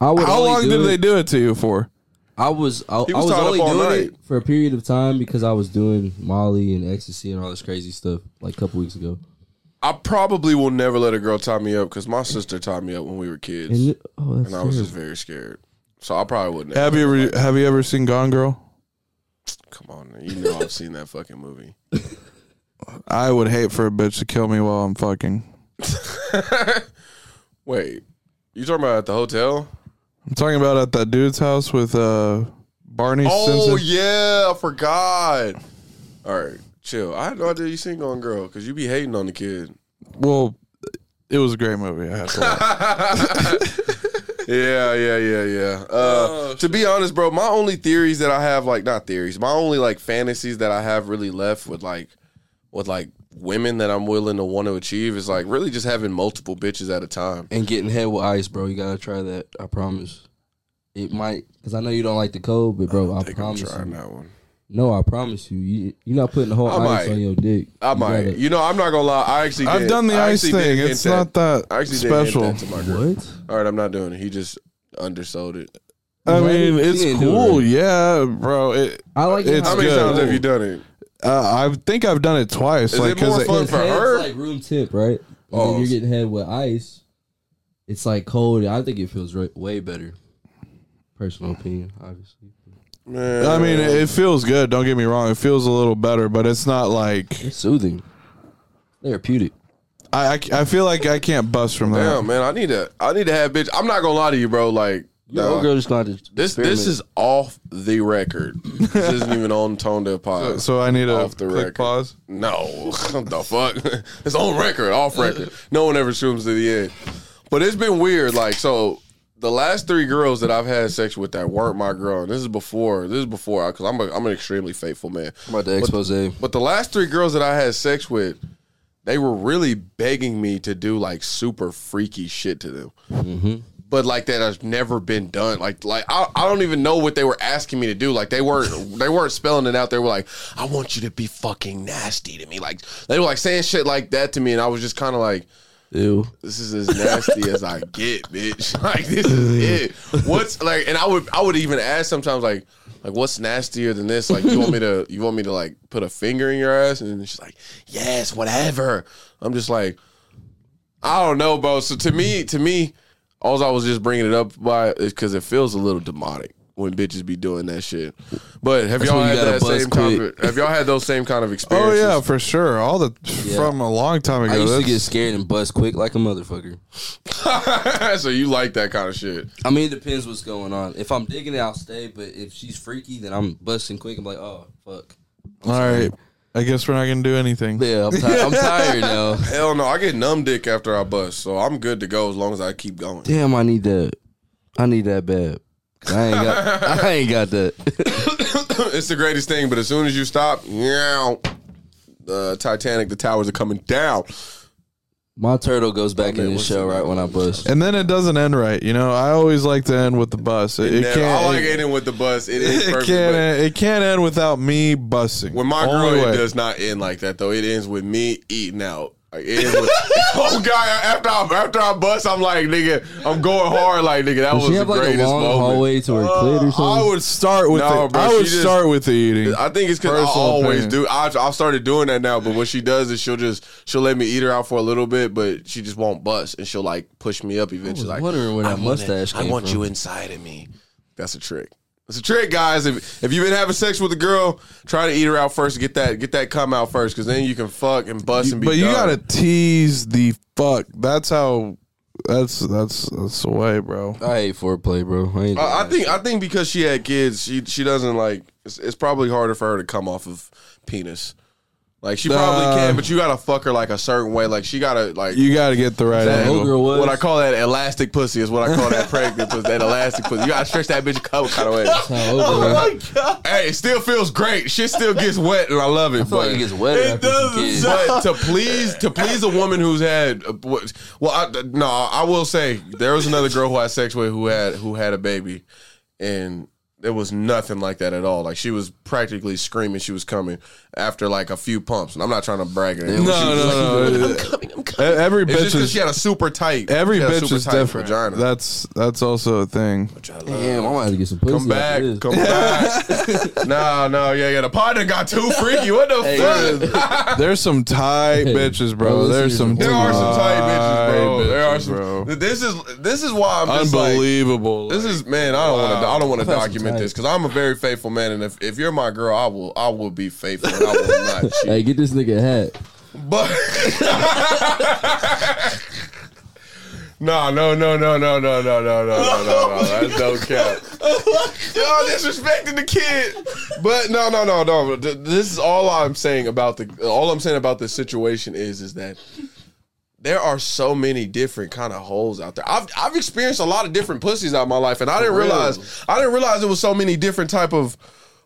Speaker 3: I would
Speaker 2: How
Speaker 3: only
Speaker 2: long
Speaker 3: do
Speaker 2: did
Speaker 3: it-
Speaker 2: they do it to you for?
Speaker 3: I was I,
Speaker 1: He
Speaker 3: I
Speaker 1: was
Speaker 3: was
Speaker 1: tied up
Speaker 3: only
Speaker 1: all
Speaker 3: doing
Speaker 1: night.
Speaker 3: it for a period of time because I was doing Molly and ecstasy and all this crazy stuff like a couple weeks ago.
Speaker 1: I probably will never let a girl tie me up because my sister tied me up when we were kids,
Speaker 3: And
Speaker 1: and,
Speaker 3: you- oh, that's
Speaker 1: I was just
Speaker 3: terrible.
Speaker 1: very scared. So I probably wouldn't.
Speaker 2: Have you ever have you ever seen Gone Girl?
Speaker 1: Come on, man. you know I've seen that fucking movie.
Speaker 2: I would hate for a bitch to kill me while I'm fucking.
Speaker 1: Wait, you talking about at the hotel?
Speaker 2: I'm talking about at that dude's house with uh Barney
Speaker 1: Oh
Speaker 2: Stinson.
Speaker 1: yeah, I forgot. All right, chill. I had no idea you seen Gone Girl because you be hating on the kid.
Speaker 2: Well, it was a great movie. I have to watch.
Speaker 1: Yeah, yeah, yeah, yeah. Uh, to be honest, bro, my only theories that I have, like, not theories, my only like fantasies that I have really left with like, with like women that I'm willing to want to achieve is like really just having multiple bitches at a time.
Speaker 3: and getting head with ice, bro. You gotta try that. I promise. It might because I know you don't like the cold, but bro, I,
Speaker 1: think I'm
Speaker 3: promise
Speaker 1: trying
Speaker 3: you.
Speaker 1: that one.
Speaker 3: No, I promise you. you you're not putting the whole
Speaker 1: I
Speaker 3: ice
Speaker 1: might.
Speaker 3: on your dick.
Speaker 1: I
Speaker 3: You
Speaker 1: might.
Speaker 3: gotta-
Speaker 1: you know, I'm not gonna lie. I actually
Speaker 2: I've
Speaker 1: did.
Speaker 2: done the
Speaker 1: I
Speaker 2: ice
Speaker 1: actually did
Speaker 2: thing.
Speaker 1: hint
Speaker 2: It's not that
Speaker 1: I actually
Speaker 2: special.
Speaker 1: did hint that to my girl.
Speaker 3: what?
Speaker 1: All right, I'm not doing it. He just undersold it.
Speaker 2: I
Speaker 3: You
Speaker 2: mean,
Speaker 3: didn't- you
Speaker 2: it's
Speaker 3: didn't do it
Speaker 2: cool,
Speaker 3: right.
Speaker 2: yeah, bro. It,
Speaker 3: I like
Speaker 2: It's
Speaker 1: How
Speaker 3: how
Speaker 1: many
Speaker 2: good.
Speaker 1: times have you done it?
Speaker 2: uh, I think I've done it twice.
Speaker 1: Is
Speaker 2: like,
Speaker 1: it more
Speaker 2: 'cause
Speaker 1: fun
Speaker 3: His
Speaker 1: for
Speaker 3: head's
Speaker 1: her?
Speaker 3: like room temp, right? And
Speaker 1: Oh.
Speaker 3: then you're getting head with ice. It's like cold. I think it feels right, way better. Personal opinion, obviously.
Speaker 1: Man,
Speaker 2: I mean, it feels good. Don't get me wrong; it feels a little better, but it's not like
Speaker 3: It's soothing, therapeutic.
Speaker 2: I. I, I feel like I can't bust from that.
Speaker 1: damn, man, I need to. I need to have bitch. I'm not gonna lie to you, bro. Like,
Speaker 3: Your
Speaker 1: nah.
Speaker 3: old girl just got to
Speaker 1: This this is off the record. This isn't even on Tone Deaf Pod.
Speaker 2: So I need to
Speaker 1: Off the
Speaker 2: click
Speaker 1: record.
Speaker 2: pause.
Speaker 1: no, What the fuck. It's on record, off record. No one ever swims to the end. But it's been weird. Like so, the last three girls that I've had sex with that weren't my girl, and this is before. This is before because I'm a, I'm an extremely faithful man.
Speaker 3: about the expose.
Speaker 1: But the last three girls that I had sex with, they were really begging me to do like super freaky shit to them. But like that has never been done. Like like I, I don't even know what they were asking me to do. Like they weren't they weren't spelling it out. They were like, I want you to be fucking nasty to me. Like they were like saying shit like that to me, and I was just kind of like,
Speaker 3: Ew.
Speaker 1: this is as nasty as I get, bitch. Like this is it. What's like? And I would I would even ask sometimes like like what's nastier than this? Like you want me to you want me to like put a finger in your ass? And she's like, yes, whatever. I'm just like, I don't know, bro. So to me, to me, all I was just bringing it up by is because it feels a little demonic when bitches be doing that shit. But have
Speaker 3: That's
Speaker 1: y'all
Speaker 3: when you
Speaker 1: had that
Speaker 3: gotta buzz
Speaker 1: same kind
Speaker 3: quick.
Speaker 1: of, have y'all had those same kind of
Speaker 2: Oh
Speaker 1: experiences?
Speaker 2: yeah, for sure. All the from a long time ago.
Speaker 3: I used to
Speaker 2: That's-
Speaker 3: get scared and bust quick like a motherfucker.
Speaker 1: yeah. so you like that kind of shit?
Speaker 3: I mean, it depends what's going on. If I'm digging it, I'll stay. But if she's freaky, then I'm busting quick. I'm like, oh fuck.
Speaker 2: All right. I guess we're not gonna do anything.
Speaker 3: Yeah, I'm, ti- I'm tired now.
Speaker 1: Hell no, I get numb dick after I bust, so I'm good to go as long as I keep going.
Speaker 3: Damn, I need that. I need that bad. 'Cause I ain't got. I ain't got that.
Speaker 1: it's the greatest thing, but as soon as you stop, yeah, the Titanic, the towers are coming down.
Speaker 3: My turtle goes back in his
Speaker 1: what's
Speaker 3: shell
Speaker 1: the-
Speaker 3: right when I bust.
Speaker 2: And then it doesn't end right, you know. I always like to end with the bus. It, it
Speaker 1: Now,
Speaker 2: can't.
Speaker 1: I like
Speaker 2: it,
Speaker 1: ending with the bus. It is
Speaker 2: it
Speaker 1: perfect.
Speaker 2: can't.
Speaker 1: but
Speaker 2: End, it can't end without me bussing.
Speaker 1: When my
Speaker 2: Only
Speaker 1: girl,
Speaker 2: way.
Speaker 1: it does not end like that though. It ends with me eating out. Like, it ends with, oh god! After I after I bust, I'm like nigga, I'm going hard. Like nigga, that was
Speaker 3: She
Speaker 1: the
Speaker 3: have like a
Speaker 1: greatest
Speaker 3: long
Speaker 1: moment.
Speaker 3: hallway to her clit or
Speaker 2: I
Speaker 3: something.
Speaker 2: would start with.
Speaker 1: No,
Speaker 2: the,
Speaker 1: bro,
Speaker 2: I
Speaker 1: she
Speaker 2: would
Speaker 1: just-
Speaker 2: start with the eating.
Speaker 1: I think it's because I
Speaker 2: Personal
Speaker 1: always
Speaker 2: opinion.
Speaker 1: do. I I started doing that now, but what she does is she'll just she'll let me eat her out for a little bit, but she just won't bust, and she'll like push me up eventually. like,
Speaker 3: wondering where that mustache
Speaker 1: I
Speaker 3: came
Speaker 1: want
Speaker 3: from.
Speaker 1: you inside of me. That's a trick. That's a trick, guys. If if you've been having sex with a girl, try to eat her out first. Get that get that come out first, because then you can fuck and bust and be.
Speaker 2: but you
Speaker 1: done.
Speaker 2: gotta tease the fuck. That's how. That's that's that's the way, bro.
Speaker 3: I hate foreplay, bro. I, ain't
Speaker 1: I, I think I think because she had kids, she she doesn't like. It's, it's probably harder for her to come off of penis. Like she probably
Speaker 2: Uh,
Speaker 1: can, but you gotta fuck her like a certain way. Like she gotta like
Speaker 2: You gotta get the right
Speaker 3: that
Speaker 2: angle.
Speaker 3: ogre was.
Speaker 1: What I call that elastic pussy is what I call that pregnant pussy. That elastic pussy. You gotta stretch that bitch a couple kind of way.
Speaker 3: How ogre was.
Speaker 1: Hey, it still feels great. Shit still gets wet, and I love it.
Speaker 3: I feel like
Speaker 1: but-
Speaker 3: it gets wetter.
Speaker 4: It
Speaker 3: after some
Speaker 4: doesn't
Speaker 3: kids.
Speaker 1: but to please to please a woman who's had uh, what- well I, no I will say there was another girl who I had sex with who had who had a baby and there was nothing like that at all like she was practically screaming she was coming after like a few pumps and I'm not trying to brag or anything.
Speaker 2: No,
Speaker 1: She was
Speaker 2: no,
Speaker 1: just
Speaker 2: no.
Speaker 1: like,
Speaker 2: It-
Speaker 3: I'm
Speaker 2: E-
Speaker 3: coming.
Speaker 2: Every
Speaker 1: It's just
Speaker 2: bitch
Speaker 1: because
Speaker 2: is
Speaker 1: she had a super tight.
Speaker 2: every
Speaker 1: she had a
Speaker 2: bitch
Speaker 1: super
Speaker 2: is
Speaker 1: tight
Speaker 2: different.
Speaker 1: Vagina.
Speaker 2: That's that's also a thing.
Speaker 3: Damn, I might have to get some pussy.
Speaker 1: Come back,
Speaker 3: after this.
Speaker 1: come back. no, no, yeah, yeah. The partner got too freaky. What the fuck?
Speaker 2: There's some tight bitches, bro.
Speaker 3: Bro, this
Speaker 2: There's
Speaker 3: is-
Speaker 2: some
Speaker 1: There are some tight bitches, bro. There are
Speaker 2: bitches,
Speaker 1: some.
Speaker 2: bro.
Speaker 1: This is this is why I'm just like-
Speaker 2: unbelievable.
Speaker 1: This is man. I don't want to. I don't want to
Speaker 3: I've had some
Speaker 1: document
Speaker 3: tight.
Speaker 1: this because I'm a very faithful man, and if, if you're my girl, I will. I will be faithful. And I will not cheat.
Speaker 3: Hey, get this nigga a hat.
Speaker 1: But no, no, no, no, no, no, no, no, no, no, no, no. That's no cap. Y'all disrespecting the kid. But no, no, no, no. Th- This is all I'm saying about the. All I'm saying about this situation is, is that there are so many different kind of holes out there. I've I've experienced a lot of different pussies out my life, and I didn't realize I didn't realize it was so many different type of.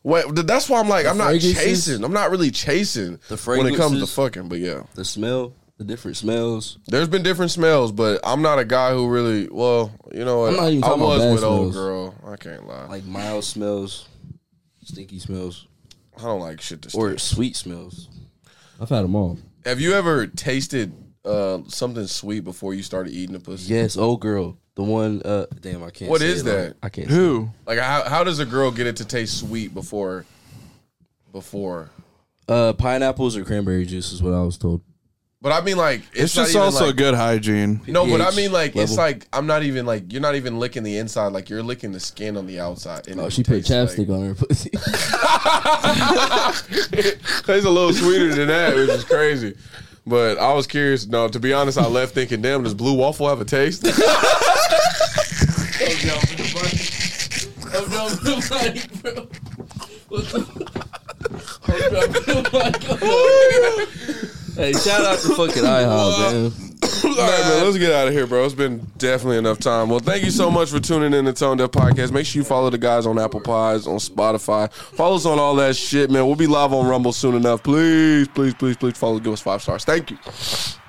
Speaker 1: Wait, that's why I'm like I'm not
Speaker 3: fragrances?
Speaker 1: chasing. I'm not really chasing
Speaker 3: The
Speaker 1: when it comes to
Speaker 3: fragrances?
Speaker 1: fucking. But yeah,
Speaker 3: The smell, the different smells.
Speaker 1: there's been different smells, but I'm not a guy who really. Well, you know what?
Speaker 3: I'm not even
Speaker 1: I
Speaker 3: talking about
Speaker 1: was
Speaker 3: bad
Speaker 1: with old
Speaker 3: smells.
Speaker 1: girl. I can't lie.
Speaker 3: Like mild smells, stinky smells,
Speaker 1: I don't like shit to
Speaker 3: or
Speaker 1: stink.
Speaker 3: sweet smells. I've had them all.
Speaker 1: Have you ever tasted uh, something sweet before you started eating the pussy?
Speaker 3: Yes, old girl. The one, uh, damn, I can't
Speaker 1: What
Speaker 3: say
Speaker 1: is
Speaker 3: it, like,
Speaker 1: that?
Speaker 3: I can't. say it.
Speaker 2: who?
Speaker 1: Like how how does a girl get it to taste sweet before before?
Speaker 3: Uh, pineapples or cranberry juice is what I was told.
Speaker 1: But I mean like
Speaker 2: It's
Speaker 1: it's, not
Speaker 2: just
Speaker 1: even,
Speaker 2: also
Speaker 1: like-
Speaker 2: good hygiene.
Speaker 1: No, but I
Speaker 3: pH
Speaker 1: mean like it's
Speaker 3: level.
Speaker 1: like I'm not even like you're not even licking the inside like you're licking the skin on the outside. And
Speaker 3: Oh,
Speaker 1: it
Speaker 3: she put
Speaker 1: tastes like-
Speaker 3: chapstick on her pussy.
Speaker 1: Tastes a little sweeter than that, which is crazy. But I was curious. No, to be honest, I left thinking, damn, does blue waffle have a taste?
Speaker 3: hey, shout out to fucking IHOP, man.
Speaker 1: All right, man, let's get out of here, bro. It's been definitely enough time. Well, thank you so much for tuning in to Tone Deaf Podcast. Make sure you follow the guys on Apple Pies, on Spotify. Follow us on all that shit, man. We'll be live on Rumble soon enough. Please, please, please, please follow. Give us five stars. Thank you.